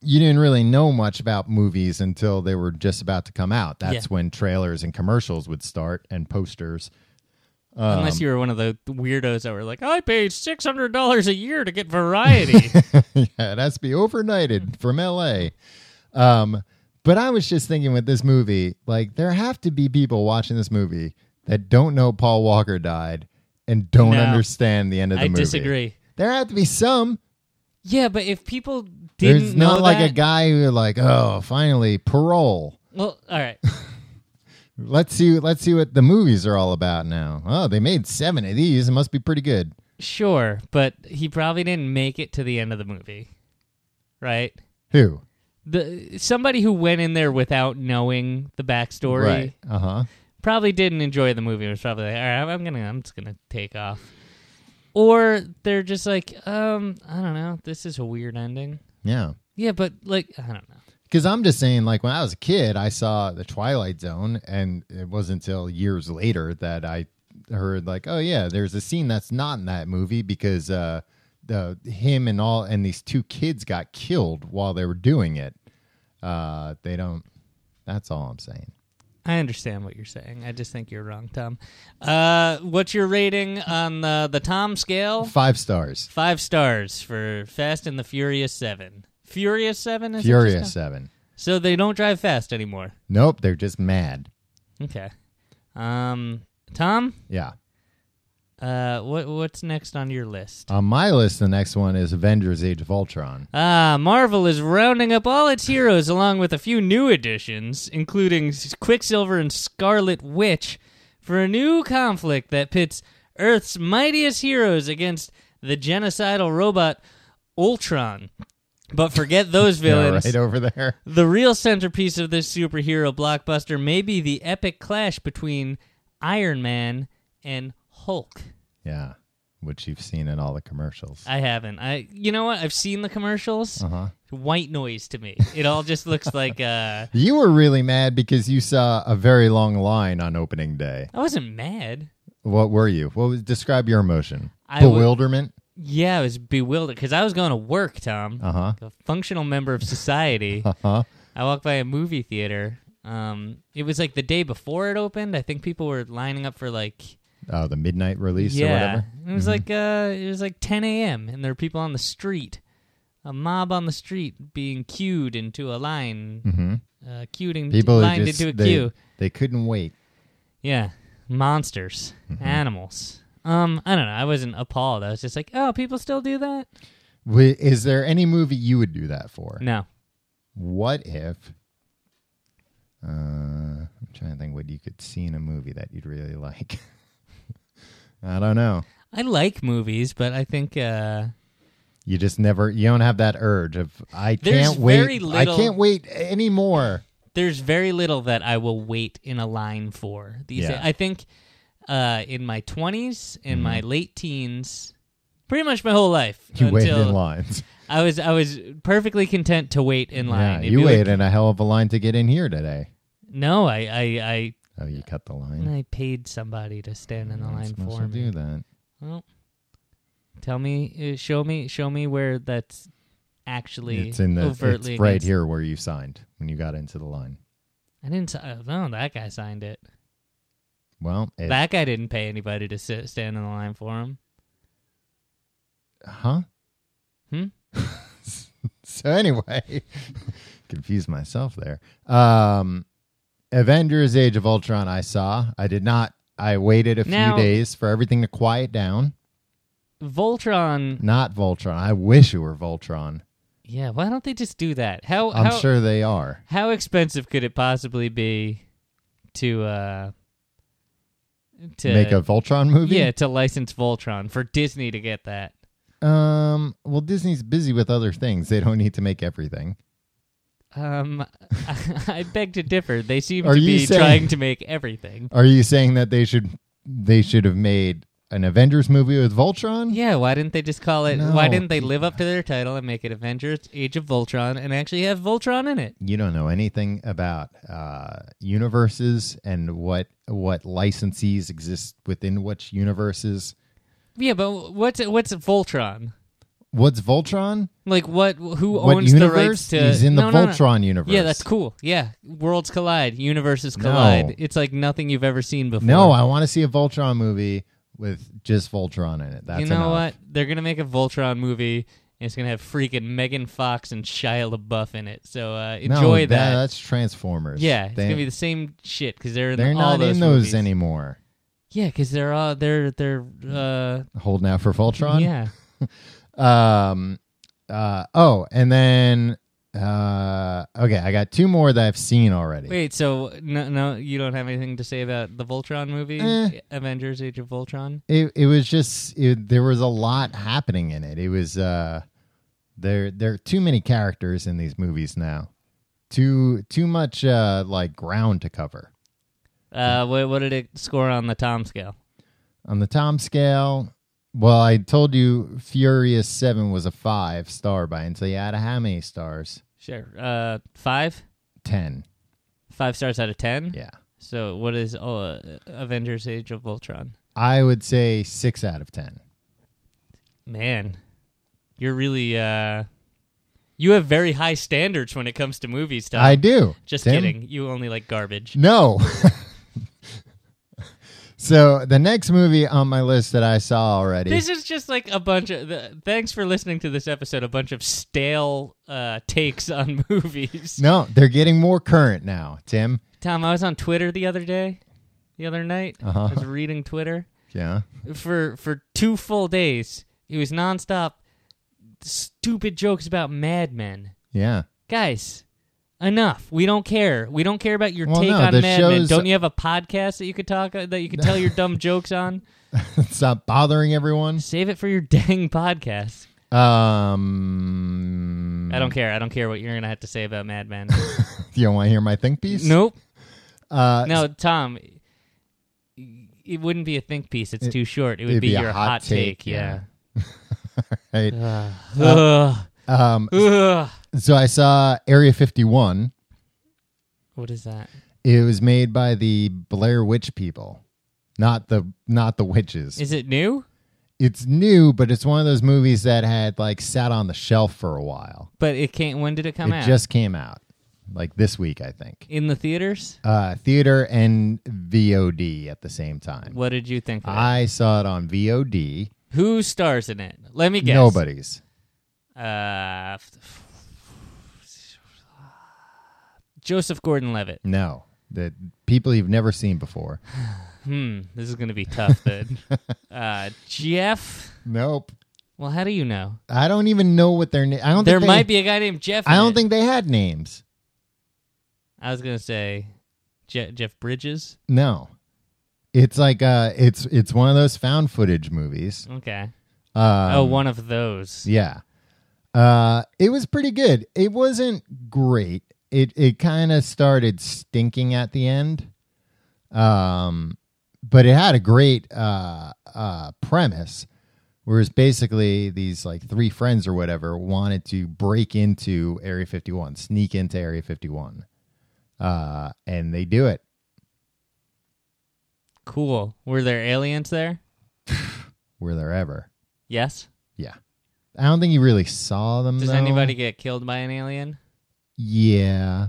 Speaker 2: you didn't really know much about movies until they were just about to come out. That's
Speaker 1: Yeah.
Speaker 2: when trailers and commercials would start and posters. Um,
Speaker 1: Unless you were one of the weirdos that were like, "I paid six hundred dollars a year to get
Speaker 2: (laughs)
Speaker 1: Variety."
Speaker 2: yeah, it has to be
Speaker 1: Mm-hmm.
Speaker 2: overnighted from LA. Um, but I was just thinking with this movie, like there have to be people watching this movie that don't know Paul Walker died and don't
Speaker 1: No.
Speaker 2: understand the end of the
Speaker 1: I
Speaker 2: movie.
Speaker 1: disagree.
Speaker 2: There have to be some.
Speaker 1: Yeah, but if people didn't
Speaker 2: There's
Speaker 1: know
Speaker 2: not like
Speaker 1: that,
Speaker 2: a guy who like, oh, finally parole.
Speaker 1: Well, all right.
Speaker 2: Let's see. Let's see what the movies are all about now. Oh, they made seven of these. It must be pretty good.
Speaker 1: Sure, but he probably didn't make it to the end of the movie, right?
Speaker 2: Who?
Speaker 1: The somebody who went in there without knowing the backstory
Speaker 2: Right. Uh huh.
Speaker 1: probably didn't enjoy the movie. Was probably like, all right, I'm- I'm gonna, I'm just gonna take off. Or they're just like, um, I don't know. This is a weird ending.
Speaker 2: Yeah.
Speaker 1: Yeah, but like, I don't know.
Speaker 2: Because I'm just saying, like when I was a kid, I saw The Twilight Zone, and it wasn't until years later that I heard, like, oh yeah, there's a scene that's not in that movie because uh, the him and all and these two kids got killed while they were doing it. Uh, they don't. That's all I'm saying.
Speaker 1: I understand what you're saying. I just think you're wrong, Tom. Uh, what's your rating on the the Tom scale?
Speaker 2: Five stars.
Speaker 1: Five stars for Fast and the Furious Seven. Furious Seven is it just
Speaker 2: Furious
Speaker 1: called?
Speaker 2: Seven.
Speaker 1: So they don't drive fast anymore.
Speaker 2: Nope, they're just mad.
Speaker 1: Okay. Um, Tom,
Speaker 2: Yeah.
Speaker 1: uh, what what's next on your list?
Speaker 2: On my list, the next one is Avengers: Age of Ultron.
Speaker 1: Ah, Marvel is rounding up all its heroes along with a few new additions, including S- Quicksilver and Scarlet Witch, for a new conflict that pits Earth's mightiest heroes against the genocidal robot Ultron. But forget those
Speaker 2: (laughs) Yeah,
Speaker 1: villains.
Speaker 2: right over there.
Speaker 1: The real centerpiece of this superhero blockbuster may be the epic clash between Iron Man and Hulk.
Speaker 2: Yeah, which you've seen in all the commercials.
Speaker 1: I haven't. I you know what? I've seen the commercials.
Speaker 2: Uh huh.
Speaker 1: White noise to me. It all just looks
Speaker 2: (laughs)
Speaker 1: like uh
Speaker 2: You were really mad because you saw a very long line on opening day.
Speaker 1: I wasn't mad.
Speaker 2: What were you? What was describe your emotion?
Speaker 1: I w-
Speaker 2: Bewilderment.
Speaker 1: Yeah, I was bewildered cuz I was going to work, Tom.
Speaker 2: Uh huh.
Speaker 1: A functional member of society.
Speaker 2: Uh huh.
Speaker 1: I walked by a movie theater. Um it was like the day before it opened. I think people were lining up for like
Speaker 2: Oh, the midnight release or
Speaker 1: yeah.
Speaker 2: whatever. Mm-hmm.
Speaker 1: It was like uh, it was like 10 a.m. and there were people on the street, a mob on the street being queued into a line,
Speaker 2: Mm-hmm.
Speaker 1: uh, queued in,
Speaker 2: People who
Speaker 1: lined
Speaker 2: just
Speaker 1: into a
Speaker 2: they,
Speaker 1: queue.
Speaker 2: they couldn't wait.
Speaker 1: Yeah, monsters,
Speaker 2: Mm-hmm.
Speaker 1: animals. Um, I don't know. I wasn't appalled. I was just like, oh, people still do that.
Speaker 2: Wi- Is there any movie you would do that for?
Speaker 1: No,
Speaker 2: What if? Uh, I'm trying to think what you could see in a movie that you'd really like. (laughs) I don't know.
Speaker 1: I like movies, but I think uh,
Speaker 2: You just never. You don't have that urge of I
Speaker 1: There's
Speaker 2: can't wait.
Speaker 1: very
Speaker 2: I
Speaker 1: little-
Speaker 2: can't wait anymore.
Speaker 1: there's very little that I will wait in a line for these.
Speaker 2: Yeah. Mm-hmm.
Speaker 1: I think uh, in my 20s, in my late teens, pretty much my whole life
Speaker 2: You waited
Speaker 1: until
Speaker 2: in lines.
Speaker 1: I was I was perfectly content to wait in line.
Speaker 2: Yeah,
Speaker 1: If
Speaker 2: you
Speaker 1: look-
Speaker 2: waited in a hell of a line to get in here today.
Speaker 1: No, I I,
Speaker 2: Oh, you cut the
Speaker 1: I
Speaker 2: line.
Speaker 1: I paid somebody to stand in the
Speaker 2: You're not
Speaker 1: line
Speaker 2: supposed
Speaker 1: for
Speaker 2: to
Speaker 1: me.
Speaker 2: do that.
Speaker 1: Well, tell me, uh, show me, show me where that's actually
Speaker 2: It's in the.
Speaker 1: overtly
Speaker 2: it's right
Speaker 1: against-
Speaker 2: here where you signed when you got into the line.
Speaker 1: I didn't. si- oh, No, that guy signed it.
Speaker 2: Well, it,
Speaker 1: That guy didn't pay anybody to sit, stand in the line for him.
Speaker 2: huh?
Speaker 1: Hmm?
Speaker 2: (laughs) so anyway, (laughs) confused myself there. Um, Avengers: Age of Ultron. I saw. I did not. I waited a
Speaker 1: Now-
Speaker 2: few days for everything to quiet down.
Speaker 1: Voltron.
Speaker 2: Not Voltron. I wish it were Voltron.
Speaker 1: Yeah, why don't they just do that? How
Speaker 2: I'm
Speaker 1: how
Speaker 2: sure they are.
Speaker 1: how expensive could it possibly be to uh to
Speaker 2: Make a Voltron movie.
Speaker 1: Yeah, to license Voltron for Disney to get that.
Speaker 2: Um. Well, Disney's busy with other things. They don't need to make everything.
Speaker 1: Um, (laughs) I, beg to differ. They seem
Speaker 2: Are
Speaker 1: to
Speaker 2: you
Speaker 1: be
Speaker 2: saying-
Speaker 1: trying to make everything.
Speaker 2: Are you saying that they should they should have made an Avengers movie with Voltron.
Speaker 1: Yeah, why didn't they just call it? Why
Speaker 2: No.
Speaker 1: didn't they live up to their title and make it Avengers: Age of Voltron and actually have Voltron in it?
Speaker 2: You don't know anything about uh, universes and what what licensees exist within which universes.
Speaker 1: Yeah, but what's what's Voltron?
Speaker 2: What's Voltron?
Speaker 1: Like what? Who
Speaker 2: What
Speaker 1: owns the rights
Speaker 2: universe
Speaker 1: to?
Speaker 2: is in the
Speaker 1: No, no, no.
Speaker 2: Voltron universe?
Speaker 1: Yeah, that's cool. Yeah, worlds collide, universes collide. It's like nothing you've ever seen before.
Speaker 2: No, I want to see a Voltron movie with just Voltron in it. That's
Speaker 1: you know
Speaker 2: enough.
Speaker 1: what? They're gonna make a Voltron movie. and It's gonna have freaking Megan Fox and Shia LaBeouf in it. So uh,
Speaker 2: No,
Speaker 1: enjoy
Speaker 2: that-
Speaker 1: that.
Speaker 2: That's Transformers.
Speaker 1: Yeah, it's
Speaker 2: They-
Speaker 1: gonna be the same shit because they're in all
Speaker 2: they're not
Speaker 1: those
Speaker 2: in those
Speaker 1: movies.
Speaker 2: anymore.
Speaker 1: Yeah, because they're all they're they're uh
Speaker 2: Holding out for Voltron.
Speaker 1: yeah.
Speaker 2: Um, uh, oh, and then uh, okay, I got two more that I've seen already.
Speaker 1: Wait, so no no you don't have anything to say about the Voltron movie,
Speaker 2: Eh.
Speaker 1: Avengers: Age of Voltron?
Speaker 2: It it was just it, there was a lot happening in it. It was uh, there there are too many characters in these movies now. Too too much uh like ground to cover.
Speaker 1: Uh, what, what did it score on the Tom scale?
Speaker 2: On the Tom scale, well, I told you Furious Seven was a five star by, and so you out of how many stars?
Speaker 1: Sure, uh, five,
Speaker 2: Ten.
Speaker 1: five stars out of ten.
Speaker 2: Yeah.
Speaker 1: So what is uh, Avengers: Age of Voltron?
Speaker 2: I would say six out of ten.
Speaker 1: Man, you're really uh, you have very high standards when it comes to movie stuff.
Speaker 2: I do.
Speaker 1: Just
Speaker 2: Tim?
Speaker 1: kidding. You only like garbage.
Speaker 2: No. (laughs) so the next movie on my list that I saw already.
Speaker 1: This is just like a bunch of. The, thanks for listening to this episode. A bunch of stale uh, takes on (laughs) movies.
Speaker 2: no, they're getting more current now, Tim.
Speaker 1: Tom, I was on Twitter the other day, the other night.
Speaker 2: Uh-huh.
Speaker 1: I was reading Twitter
Speaker 2: Yeah.
Speaker 1: for for two full days. It was nonstop. Stupid jokes about Mad Men,
Speaker 2: Yeah. (laughs)
Speaker 1: guys. Enough. We don't care. We don't care about your
Speaker 2: Well,
Speaker 1: take
Speaker 2: no,
Speaker 1: on
Speaker 2: the
Speaker 1: Mad Men.
Speaker 2: show's-
Speaker 1: Don't you have a podcast that you could talk that you could tell
Speaker 2: (laughs)
Speaker 1: your dumb jokes on?
Speaker 2: Stop bothering everyone.
Speaker 1: Save it for your dang podcast.
Speaker 2: Um
Speaker 1: I don't care. I don't care what you're gonna have to say about Mad Men.
Speaker 2: Do you want to hear my think piece?
Speaker 1: nope.
Speaker 2: Uh
Speaker 1: No, Tom. It wouldn't be a think piece. It's
Speaker 2: It-
Speaker 1: too short. It would
Speaker 2: it'd
Speaker 1: be, your hot, take. Yeah.
Speaker 2: (laughs) right.
Speaker 1: Ugh.
Speaker 2: Um
Speaker 1: Ugh.
Speaker 2: so I saw Area 51.
Speaker 1: What is that?
Speaker 2: It was made by the Blair Witch people. Not the not the witches.
Speaker 1: Is it new?
Speaker 2: it's new, but it's one of those movies that had like sat on the shelf for a while.
Speaker 1: But it can't. When did it come
Speaker 2: it
Speaker 1: out?
Speaker 2: just came out like this week, I think.
Speaker 1: in the theaters.
Speaker 2: Uh, theater and VOD at the same time.
Speaker 1: What did you think? Of
Speaker 2: I saw it on VOD.
Speaker 1: it? Who stars in it? Let me guess.
Speaker 2: Nobody's.
Speaker 1: Uh, f- f- Joseph Gordon-Levitt.
Speaker 2: No. The people you've never
Speaker 1: (laughs)
Speaker 2: seen before.
Speaker 1: Hmm. This is gonna be tough.
Speaker 2: (laughs)
Speaker 1: Then. uh, Jeff.
Speaker 2: Nope.
Speaker 1: Well, how do you know?
Speaker 2: I don't even know what their name. I don't.
Speaker 1: There
Speaker 2: think they-
Speaker 1: might be a guy named Jeff.
Speaker 2: I
Speaker 1: in
Speaker 2: don't
Speaker 1: it.
Speaker 2: think they had names.
Speaker 1: I was gonna say Je- Jeff Bridges.
Speaker 2: No. It's like uh, it's it's one of those found footage movies.
Speaker 1: Okay.
Speaker 2: Um,
Speaker 1: oh, one of those.
Speaker 2: Yeah. Uh it was pretty good. It wasn't great. It it kind of started stinking at the end. Um but it had a great uh uh premise whereas basically these like three friends or whatever wanted to break into Area 51, sneak into Area 51. Uh and they do it.
Speaker 1: Cool. Were there aliens there?
Speaker 2: Were there ever?
Speaker 1: Yes.
Speaker 2: Yeah. I don't think you really saw them
Speaker 1: Does
Speaker 2: though.
Speaker 1: anybody get killed by an alien?
Speaker 2: Yeah,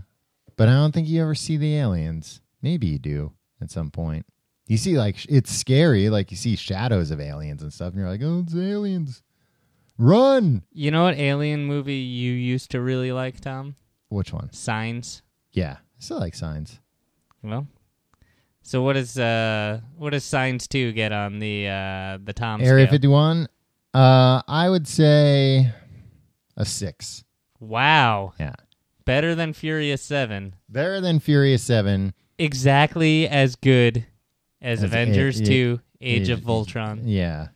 Speaker 2: but I don't think you ever see the aliens. Maybe you do at some point. You see, like sh- it's scary. Like you see shadows of aliens and stuff, and you're like, "Oh, it's aliens! Run!"
Speaker 1: You know what alien movie you used to really like, Tom?
Speaker 2: Which one?
Speaker 1: Signs.
Speaker 2: Yeah, I still like signs.
Speaker 1: Well. So what is uh what does Signs 2 get on the uh the Tom
Speaker 2: Area
Speaker 1: scale?
Speaker 2: 51. Uh, I would say a six.
Speaker 1: Wow.
Speaker 2: Yeah,
Speaker 1: Better than Furious 7.
Speaker 2: better than Furious Seven.
Speaker 1: Exactly as good as,
Speaker 2: As a-
Speaker 1: Avengers
Speaker 2: yeah.
Speaker 1: 2 Age,
Speaker 2: Age-
Speaker 1: of Voltron.
Speaker 2: Yeah,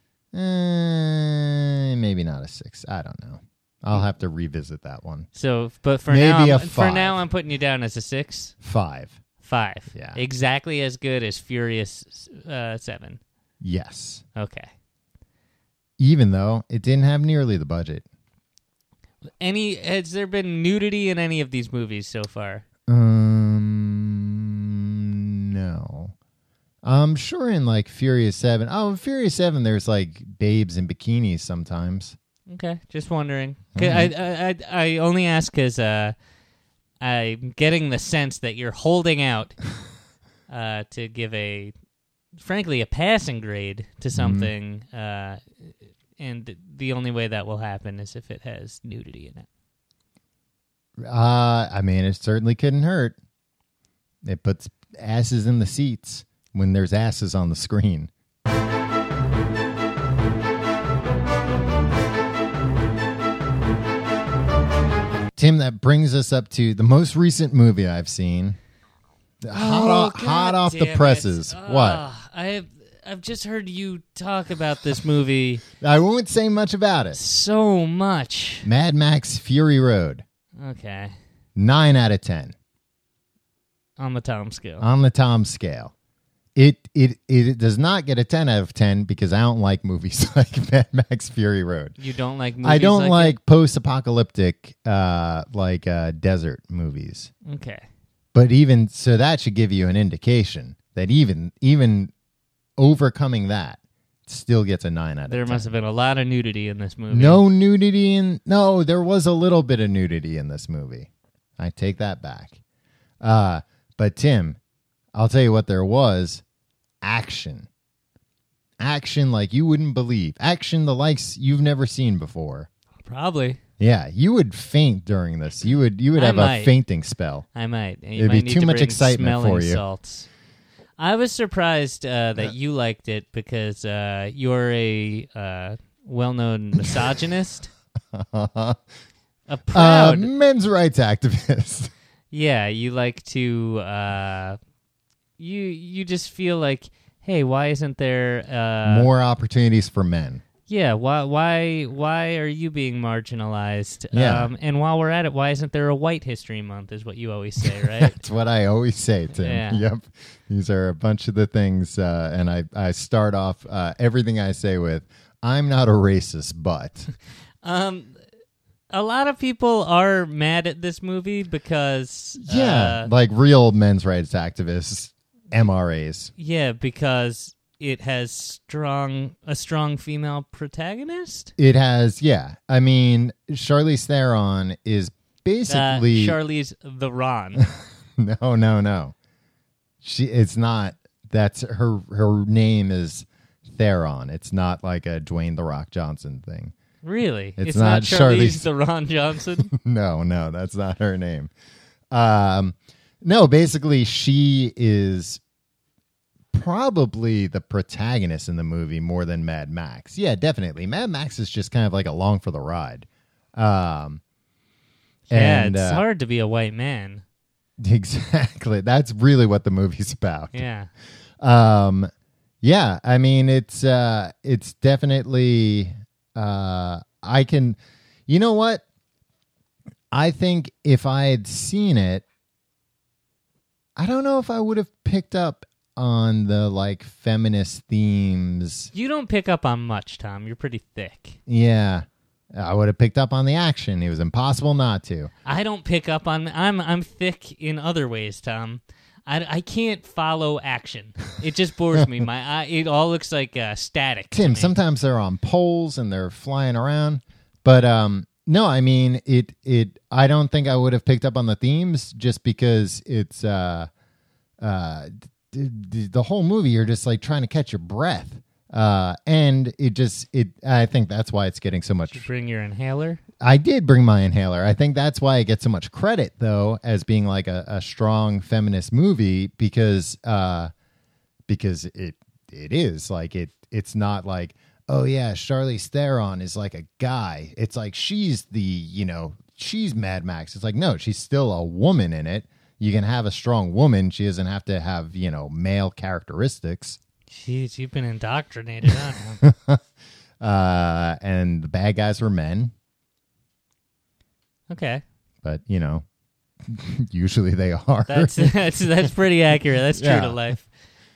Speaker 2: Eh, maybe not a six. I don't know. I'll have to revisit that one.
Speaker 1: So, but for
Speaker 2: Maybe
Speaker 1: now
Speaker 2: a
Speaker 1: I'm- for
Speaker 2: five.
Speaker 1: now I'm putting you down as a 6.
Speaker 2: Five.
Speaker 1: Five.
Speaker 2: Yeah.
Speaker 1: Exactly as good as Furious uh, Seven.
Speaker 2: Yes.
Speaker 1: Okay.
Speaker 2: Even though it didn't have nearly the budget.
Speaker 1: Any has there been nudity in any of these movies so far?
Speaker 2: Um, no. I'm sure in like Furious 7. Oh, in Furious 7, there's like babes in bikinis sometimes.
Speaker 1: Okay, just wondering.
Speaker 2: Mm-hmm.
Speaker 1: 'Cause I, I I I only ask because uh, I'm getting the sense that you're holding
Speaker 2: (laughs)
Speaker 1: out uh, to give a, frankly, a passing grade
Speaker 2: Mm-hmm.
Speaker 1: to something, uh, and the only way that will happen is if it has nudity in it.
Speaker 2: Uh, I mean, it certainly couldn't hurt. It puts asses in the seats when there's asses on the screen. Tim, that brings us up to the most recent movie I've seen. Hot,
Speaker 1: Oh,
Speaker 2: off,
Speaker 1: God
Speaker 2: hot off
Speaker 1: damn
Speaker 2: the
Speaker 1: it.
Speaker 2: presses. what?
Speaker 1: Ah, I have, I've just heard you talk about this movie
Speaker 2: I won't say much about it.
Speaker 1: so much.
Speaker 2: Mad Max Fury Road,
Speaker 1: Okay,
Speaker 2: 9 out of 10.
Speaker 1: on the Tom scale.
Speaker 2: on the Tom scale. It it it does not get a ten out of ten because I don't like movies (laughs) like Mad Max Fury Road.
Speaker 1: you don't like movies
Speaker 2: I don't
Speaker 1: like
Speaker 2: like post apocalyptic uh like uh desert movies.
Speaker 1: it? Okay.
Speaker 2: But even so that should give you an indication that even even overcoming that still gets a nine out of
Speaker 1: There
Speaker 2: ten.
Speaker 1: must have been a lot of nudity in this movie.
Speaker 2: no nudity in no, there was a little bit of nudity in this movie. I take that back. Uh but Tim, I'll tell you what there was. Action. Action like you wouldn't believe. Action the likes you've never seen before.
Speaker 1: Probably.
Speaker 2: Yeah, you would faint during this. You would you would
Speaker 1: I
Speaker 2: have a
Speaker 1: might.
Speaker 2: fainting spell.
Speaker 1: I might. You
Speaker 2: It'd
Speaker 1: might
Speaker 2: be
Speaker 1: need
Speaker 2: too
Speaker 1: to
Speaker 2: much
Speaker 1: bring
Speaker 2: excitement
Speaker 1: smelling
Speaker 2: for you.
Speaker 1: Salts. I was surprised uh, that you liked it because uh, you're a uh, well-known
Speaker 2: (laughs)
Speaker 1: misogynist, a
Speaker 2: Uh,
Speaker 1: proud.
Speaker 2: men's rights activist.
Speaker 1: yeah, you like to. Uh, you you just feel like, hey, why isn't there uh,
Speaker 2: More opportunities for men.
Speaker 1: Yeah, why why why are you being marginalized?
Speaker 2: Yeah.
Speaker 1: Um, and while we're at it, why isn't there a White History Month? Is what you always say,
Speaker 2: (laughs)
Speaker 1: right?
Speaker 2: That's what I always say, Tim.
Speaker 1: Yeah.
Speaker 2: Yep. These are a bunch of the things, uh, and I, I start off uh, everything I say with, I'm not a racist, but.
Speaker 1: (laughs) um, a lot of people are mad at this movie because
Speaker 2: Yeah.
Speaker 1: uh,
Speaker 2: like real men's rights activists, MRAs.
Speaker 1: yeah, because it has strong a strong female protagonist.
Speaker 2: It has, yeah. I mean, Charlize Theron is
Speaker 1: Uh,
Speaker 2: basically.
Speaker 1: Charlize Theron.
Speaker 2: (laughs) no, no, no. She, it's not. That's her. Her name is Theron. It's not like a Dwayne the Rock Johnson thing.
Speaker 1: really,
Speaker 2: It's not
Speaker 1: Charlize
Speaker 2: Charlize-
Speaker 1: Theron Johnson.
Speaker 2: no, no, that's not her name. Um, no, basically, she is probably the protagonist in the movie more than Mad Max. Yeah, definitely. Mad Max is just kind of like along for the ride. (laughs) Um,
Speaker 1: yeah,
Speaker 2: and,
Speaker 1: it's
Speaker 2: uh,
Speaker 1: hard to be a white man.
Speaker 2: exactly. That's really what the movie's about.
Speaker 1: Yeah,
Speaker 2: um yeah i mean it's uh it's definitely uh i can you know what i think if i had seen it i don't know if i would have picked up on the like feminist themes
Speaker 1: you don't pick up on much, Tom. You're pretty thick.
Speaker 2: yeah i would have picked up on the action it was impossible not to
Speaker 1: I don't pick up on. I'm I'm thick in other ways, Tom. I, I can't follow action. It just bores me.
Speaker 2: (laughs)
Speaker 1: My eye, it all looks like uh, static. to
Speaker 2: Tim,
Speaker 1: me.
Speaker 2: sometimes they're on poles and they're flying around. But um no, I mean it it I don't think I would have picked up on the themes just because it's uh uh d- d- the whole movie you're just like trying to catch your breath. Uh and it just it I think that's why it's getting so
Speaker 1: Did you
Speaker 2: much
Speaker 1: bring your inhaler.
Speaker 2: I did bring my inhaler. I think that's why I get so much credit though as being like a, a strong feminist movie because uh because it it is like it it's not like oh yeah Charlize Theron is like a guy it's like she's the you know she's Mad Max it's like no she's still a woman in it you can have a strong woman she doesn't have to have you know male characteristics
Speaker 1: Jeez, you've been indoctrinated.
Speaker 2: (laughs)
Speaker 1: Huh?
Speaker 2: uh and the bad guys were men
Speaker 1: okay,
Speaker 2: but you know (laughs) usually they are.
Speaker 1: That's (laughs) that's that's pretty accurate. That's true
Speaker 2: Yeah.
Speaker 1: to life.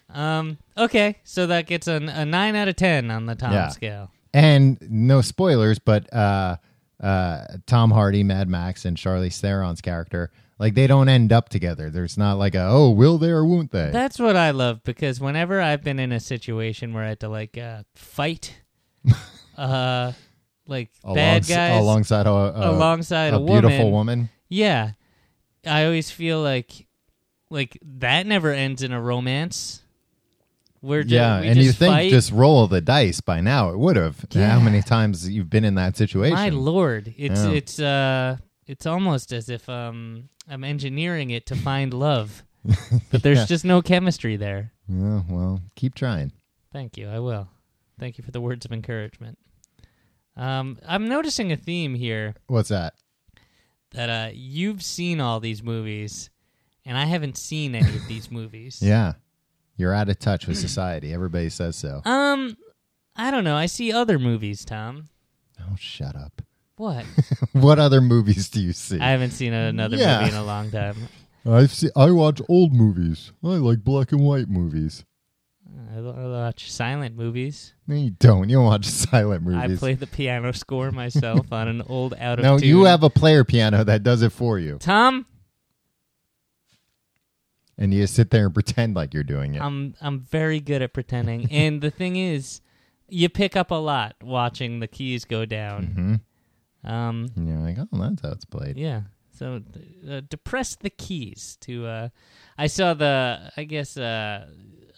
Speaker 1: Um, okay, so that gets an, a nine out of ten on the Tom
Speaker 2: Yeah.
Speaker 1: scale.
Speaker 2: and no spoilers, but uh, uh, Tom Hardy, Mad Max, and Charlize Theron's character, like they don't end up together. There's not like a oh, will they or won't they?
Speaker 1: That's what I love because whenever I've been in a situation where I had to like uh,
Speaker 2: (laughs)
Speaker 1: fight, uh, like bad
Speaker 2: Alongs-
Speaker 1: guys
Speaker 2: alongside a, a,
Speaker 1: alongside
Speaker 2: uh, a
Speaker 1: a,
Speaker 2: beautiful woman.
Speaker 1: yeah, I always feel like like that never ends in a romance. We're just,
Speaker 2: Yeah,
Speaker 1: we
Speaker 2: and
Speaker 1: just
Speaker 2: you think
Speaker 1: fight.
Speaker 2: just roll the dice by now it would have.
Speaker 1: Yeah.
Speaker 2: How many times you've been in that situation?
Speaker 1: My lord, it's
Speaker 2: Yeah.
Speaker 1: it's uh it's almost as if um I'm engineering it to find
Speaker 2: (laughs)
Speaker 1: love, but there's
Speaker 2: Yeah.
Speaker 1: just no chemistry there.
Speaker 2: Yeah, well, keep trying.
Speaker 1: Thank you. I will. Thank you for the words of encouragement. Um, I'm noticing a theme here
Speaker 2: What's that?
Speaker 1: that uh, you've seen all these movies, and I haven't seen any of these movies.
Speaker 2: (laughs) Yeah, you're out of touch with society. Everybody says so.
Speaker 1: Um, I don't know. I see other movies, Tom.
Speaker 2: Oh, shut up. (laughs)
Speaker 1: What?
Speaker 2: What other movies do you see?
Speaker 1: I haven't seen another
Speaker 2: Yeah.
Speaker 1: movie in a long time.
Speaker 2: I've seen, I watch old movies. I like black and white movies.
Speaker 1: I I watch silent movies.
Speaker 2: No, you don't. You don't watch (laughs) silent
Speaker 1: I
Speaker 2: movies.
Speaker 1: play the piano score myself on an old out of
Speaker 2: no,
Speaker 1: tune.
Speaker 2: you have a player piano that does it for you,
Speaker 1: Tom.
Speaker 2: and you just sit there and pretend like you're doing it.
Speaker 1: I'm I'm very good at pretending, and the thing is, you pick up a lot watching the keys go down.
Speaker 2: hmm
Speaker 1: Um,
Speaker 2: And you're like, oh, that's how it's played.
Speaker 1: yeah. So uh, depress the keys to. Uh, I saw the. I guess. Uh,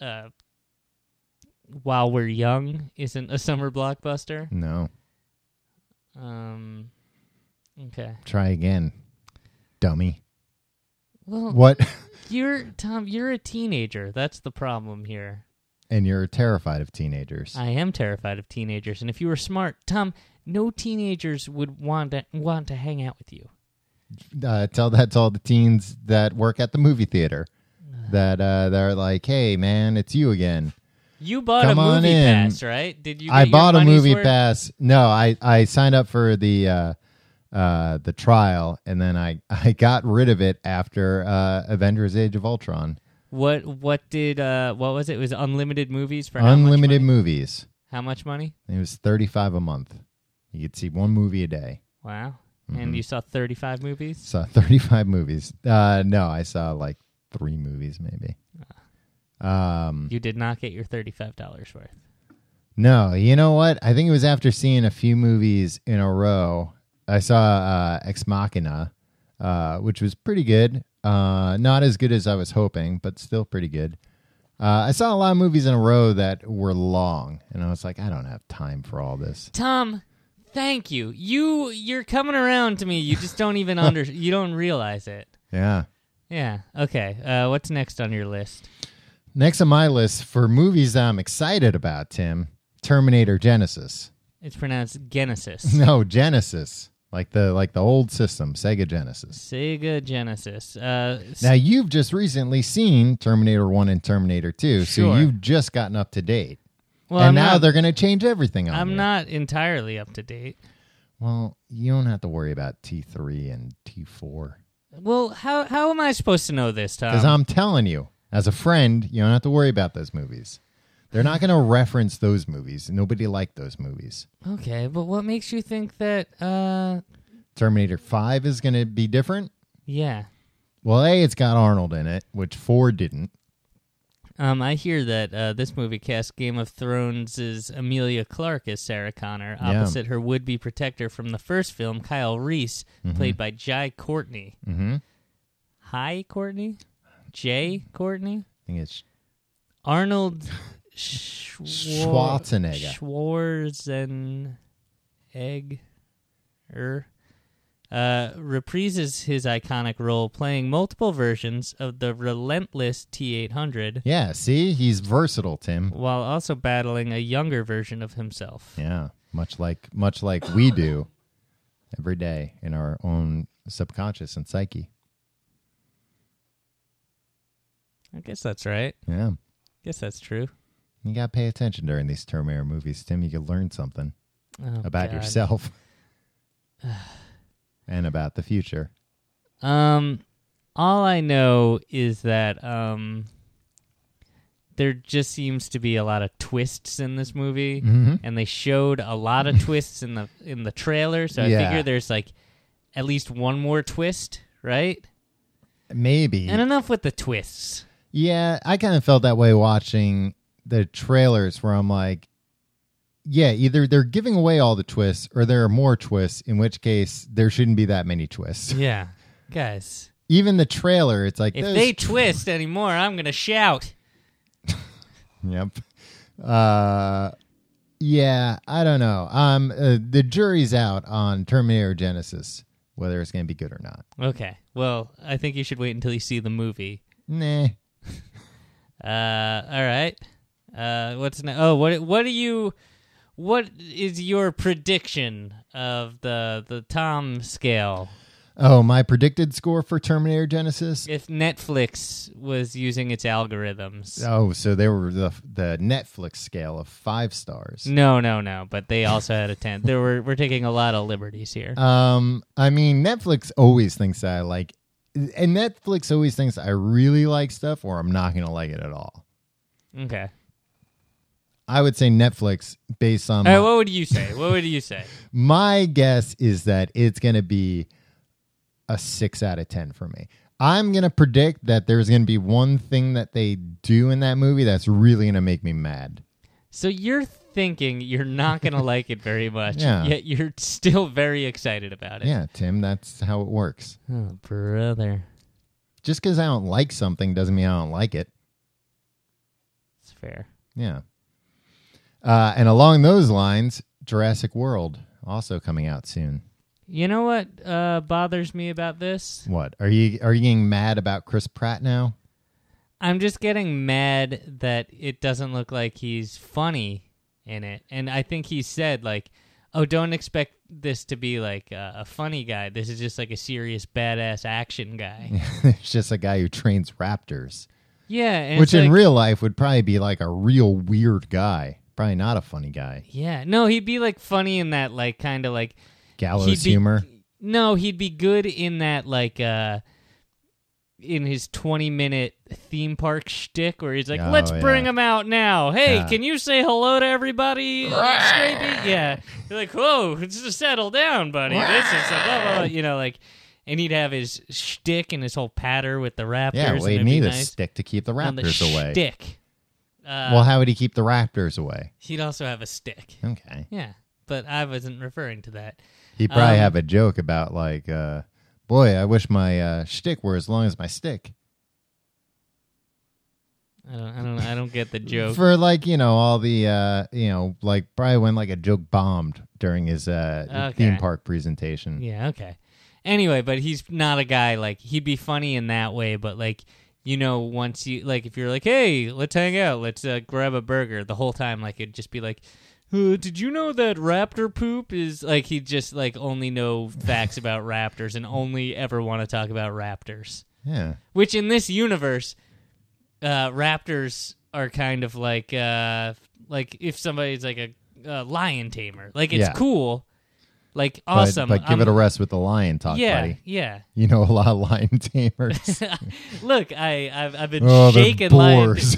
Speaker 1: uh, while we're young isn't a summer blockbuster.
Speaker 2: No,
Speaker 1: Um, okay.
Speaker 2: try again, dummy.
Speaker 1: Well,
Speaker 2: What? (laughs)
Speaker 1: you're Tom. You're a teenager. That's the problem here.
Speaker 2: and you're terrified of teenagers.
Speaker 1: I am terrified of teenagers, and if you were smart, Tom, no teenagers would want to want to hang out with you.
Speaker 2: uh, tell that to all the teens that work at the
Speaker 1: (sighs)
Speaker 2: movie theater that uh, they're like, hey, man, it's you again.
Speaker 1: You bought
Speaker 2: Come
Speaker 1: a
Speaker 2: on
Speaker 1: movie
Speaker 2: in.
Speaker 1: pass, right? Did you? Get
Speaker 2: I
Speaker 1: your
Speaker 2: bought a
Speaker 1: money's
Speaker 2: movie
Speaker 1: worth?
Speaker 2: pass. No, I, I signed up for the uh, uh, the trial, and then I, (laughs) I got rid of it after uh, Avengers: Age of Ultron.
Speaker 1: What? What did? Uh, what was it? it? Was unlimited movies for
Speaker 2: Unlimited
Speaker 1: How much money?
Speaker 2: movies.
Speaker 1: How much money?
Speaker 2: It was thirty five a month. You could see one movie a day.
Speaker 1: Wow!
Speaker 2: Mm-hmm.
Speaker 1: And you saw thirty-five movies.
Speaker 2: Saw (laughs) thirty five movies. Uh, no, I saw like three movies maybe. Um,
Speaker 1: You did not get your thirty-five dollars worth.
Speaker 2: No, you know what? I think it was after seeing a few movies in a row. I saw uh, Ex Machina, uh, which was pretty good. Uh, not as good as I was hoping, but still pretty good. Uh, I saw a lot of movies in a row that were long, and I was like, I don't have time for all this.
Speaker 1: Tom, thank you. You you're coming around to me. You just don't
Speaker 2: (laughs)
Speaker 1: even under. You don't realize it.
Speaker 2: Yeah.
Speaker 1: Yeah. Okay. Uh, what's next on your list?
Speaker 2: Next on my list for movies that I'm excited about, Tim Terminator Genesis. (laughs)
Speaker 1: It's pronounced Genesis.
Speaker 2: No, Genesis. Like the like the old system, Sega Genesis.
Speaker 1: Sega Genesis. Uh, s-
Speaker 2: Now you've just recently seen Terminator One and Terminator Two,
Speaker 1: Sure.
Speaker 2: so you've just gotten up to date.
Speaker 1: well,
Speaker 2: and
Speaker 1: I'm
Speaker 2: now
Speaker 1: not,
Speaker 2: they're going to change everything. On
Speaker 1: I'm
Speaker 2: you.
Speaker 1: not entirely up to date.
Speaker 2: Well, you don't have to worry about T three and T four
Speaker 1: Well, how how am I supposed to know this, Tom?
Speaker 2: because I'm telling you, as a friend, you don't have to worry about those movies. They're not going to reference those movies. Nobody liked those movies.
Speaker 1: okay, but what makes you think that? Uh,
Speaker 2: Terminator Five is going to be different.
Speaker 1: yeah.
Speaker 2: Well, a it's got Arnold in it, which four didn't.
Speaker 1: Um, I hear that uh, this movie cast Game of Thrones' Amelia Clark as Sarah Connor,
Speaker 2: Yeah.
Speaker 1: opposite her would-be protector from the first film, Kyle Reese, played by Jai Courtney.
Speaker 2: Mm-hmm. I
Speaker 1: Hi, Courtney. Jay Courtney.
Speaker 2: think it's
Speaker 1: Arnold Schwar-
Speaker 2: Schwarzenegger.
Speaker 1: Schwarzenegger uh, reprises his iconic role, playing multiple versions of the relentless T800
Speaker 2: yeah. See, he's versatile, Tim.
Speaker 1: while also battling a younger version of himself.
Speaker 2: Yeah, much like much like we do every day in our own subconscious and psyche.
Speaker 1: I guess that's right.
Speaker 2: Yeah.
Speaker 1: guess that's true.
Speaker 2: You got to pay attention during these Terminator movies, Tim. You can learn something
Speaker 1: Oh,
Speaker 2: about
Speaker 1: God. (sighs)
Speaker 2: yourself and about the future.
Speaker 1: Um, all I know is that um, there just seems to be a lot of twists in this movie,
Speaker 2: Mhm.
Speaker 1: and they showed a lot of twists in the in the trailer. So I
Speaker 2: Yeah.
Speaker 1: figure there's like at least one more twist, right?
Speaker 2: Maybe.
Speaker 1: And enough with the twists.
Speaker 2: Yeah, I kind of felt that way watching the trailers where I'm like, yeah, either they're giving away all the twists or there are more twists, in which case there shouldn't be that many twists. (laughs)
Speaker 1: Yeah, guys,
Speaker 2: Even the trailer, it's like,
Speaker 1: if
Speaker 2: those-
Speaker 1: they twist anymore, I'm gonna shout.
Speaker 2: yep. Uh, yeah, I don't know. Um, uh, the jury's out on Terminator Genesis, whether it's going to be good or not.
Speaker 1: Okay, well, I think you should wait until you see the movie.
Speaker 2: Nah.
Speaker 1: Uh, all right. Uh, what's ne- oh what what do you what is your prediction of the the Tom scale
Speaker 2: Oh, my predicted score for Terminator Genesis?
Speaker 1: if Netflix was using its algorithms?
Speaker 2: Oh, so they were the, the Netflix scale of five stars.
Speaker 1: No, no, no. But they also had a ten. There were we're taking a lot of liberties here.
Speaker 2: Um, I mean, Netflix always thinks that I like, and Netflix always thinks I really like stuff, or I'm not gonna like it at all.
Speaker 1: okay.
Speaker 2: uh-huh. I would say Netflix, based on
Speaker 1: All right.
Speaker 2: my,
Speaker 1: What would you say? What would you say?
Speaker 2: my guess, is that it's gonna be a six out of ten for me. I'm gonna predict that there's gonna be one thing that they do in that movie that's really gonna make me mad.
Speaker 1: So you're thinking you're not
Speaker 2: (laughs)
Speaker 1: gonna like it very much,
Speaker 2: Yeah.
Speaker 1: yet you're still very excited about it.
Speaker 2: Yeah, Tim, that's how it works.
Speaker 1: Oh, brother.
Speaker 2: Just because I don't like something doesn't mean I don't like it.
Speaker 1: It's fair.
Speaker 2: Yeah. Uh, and along those lines, Jurassic World also coming out soon.
Speaker 1: You know what uh, bothers me about this?
Speaker 2: What are you are you getting mad about Chris Pratt now? (laughs)
Speaker 1: I'm just getting mad that it doesn't look like he's funny in it. And I think he said, like, oh, don't expect this to be like uh, a funny guy. This is just like a serious badass action guy.
Speaker 2: it's just a guy who trains raptors,
Speaker 1: yeah. And
Speaker 2: which
Speaker 1: it's
Speaker 2: in
Speaker 1: like-
Speaker 2: real life would probably be like a real weird guy, probably not a funny guy.
Speaker 1: Yeah. No, he'd be like funny in that, like, kind of like.
Speaker 2: Gallows
Speaker 1: he'd be-
Speaker 2: humor.
Speaker 1: No, he'd be good in that, like, uh, in his 20 minute theme park shtick where he's like,
Speaker 2: Oh,
Speaker 1: let's bring
Speaker 2: yeah.
Speaker 1: him out now. Hey,
Speaker 2: Yeah.
Speaker 1: can you say hello to everybody? Scrapey? Yeah. You're like, whoa, just settle down, buddy. this is a blah, blah, blah," You know, like, and he'd have his shtick and his whole patter with the Raptors.
Speaker 2: Yeah,
Speaker 1: and
Speaker 2: we
Speaker 1: it'd be
Speaker 2: need a
Speaker 1: nice.
Speaker 2: stick to keep the
Speaker 1: On the
Speaker 2: raptors away.
Speaker 1: Shtick. Uh,
Speaker 2: Well, how would he keep the raptors away?
Speaker 1: he'd also have a stick.
Speaker 2: Okay,
Speaker 1: Yeah. But I wasn't referring to that.
Speaker 2: he probably
Speaker 1: Um,
Speaker 2: have a joke about like, uh, boy, I wish my uh, shtick were as long as my stick.
Speaker 1: I don't, I don't, I don't get the joke.
Speaker 2: for like you know all the uh you know like probably when like a joke bombed during his uh
Speaker 1: Okay.
Speaker 2: theme park presentation
Speaker 1: Yeah, okay. Anyway, but he's not a guy like he'd be funny in that way, but like you know, once you like if you're like, "Hey, let's hang out. Let's uh, grab a burger." The whole time like it'd just be like, uh, "Did you know that raptor poop is like he just like only know facts about raptors and only ever want to talk about raptors."
Speaker 2: yeah
Speaker 1: Which in this universe, uh, raptors are kind of like uh, like if somebody's like a uh, lion tamer, like it's
Speaker 2: Yeah.
Speaker 1: cool, like
Speaker 2: But-
Speaker 1: awesome.
Speaker 2: but, give
Speaker 1: I'm-
Speaker 2: it a rest with the lion talk
Speaker 1: yeah,
Speaker 2: buddy
Speaker 1: yeah. (laughs)
Speaker 2: you know a lot of lion (laughs) tamers
Speaker 1: Look, I I've, I've been
Speaker 2: Oh, they're
Speaker 1: shaking (laughs) like
Speaker 2: boars.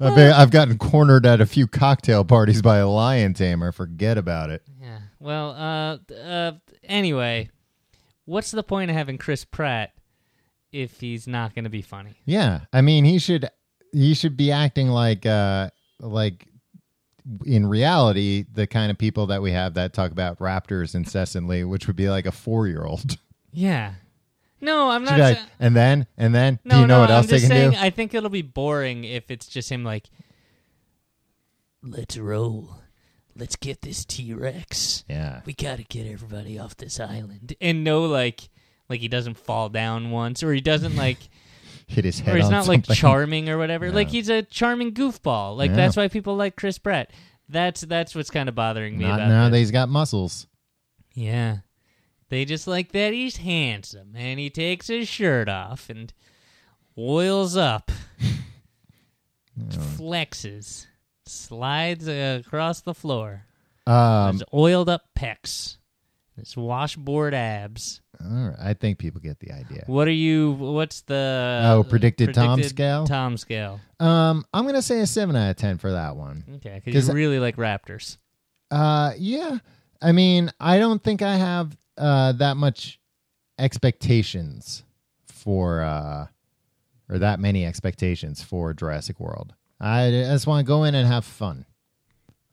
Speaker 2: I've, been, I've gotten cornered at a few cocktail parties by a lion tamer forget about it
Speaker 1: yeah. Well, uh, uh, anyway, what's the point of having Chris Pratt if he's not going to be funny?
Speaker 2: yeah i mean he should he should be acting like uh like in reality the kind of people that we have that talk about raptors incessantly which would be like a four-year-old
Speaker 1: Yeah. No, I'm (laughs) not.
Speaker 2: Should be (laughs) like,
Speaker 1: sa-
Speaker 2: and then and then
Speaker 1: no,
Speaker 2: do you know
Speaker 1: no,
Speaker 2: what else
Speaker 1: I'm
Speaker 2: they
Speaker 1: just
Speaker 2: can
Speaker 1: saying,
Speaker 2: do?
Speaker 1: I think it'll be boring if it's just him like, let's roll, let's get this T Rex.
Speaker 2: yeah.
Speaker 1: we gotta get everybody off this island and no like like he doesn't fall down once or he
Speaker 2: (laughs)
Speaker 1: doesn't like
Speaker 2: Hit his head
Speaker 1: or he's
Speaker 2: on
Speaker 1: not
Speaker 2: something.
Speaker 1: like charming or whatever like he's a charming goofball like
Speaker 2: Yeah.
Speaker 1: that's why people like chris pratt that's that's what's kind of bothering me
Speaker 2: Not
Speaker 1: about
Speaker 2: now that
Speaker 1: this.
Speaker 2: he's got muscles.
Speaker 1: yeah they just like that he's handsome and he takes his shirt off and oils up
Speaker 2: (laughs)
Speaker 1: flexes slides uh, across the floor
Speaker 2: Um,
Speaker 1: his oiled up pecs It's washboard abs.
Speaker 2: All right. I think people get the idea.
Speaker 1: What are you? What's the
Speaker 2: Oh, predicted Tom scale?
Speaker 1: Tom scale.
Speaker 2: Um, I'm gonna say a seven out of ten for that one.
Speaker 1: Okay, because
Speaker 2: 'Cause-
Speaker 1: you really like raptors.
Speaker 2: Uh, yeah. I mean, I don't think I have uh that much expectations for uh or that many expectations for Jurassic World. I just want to go in and have fun.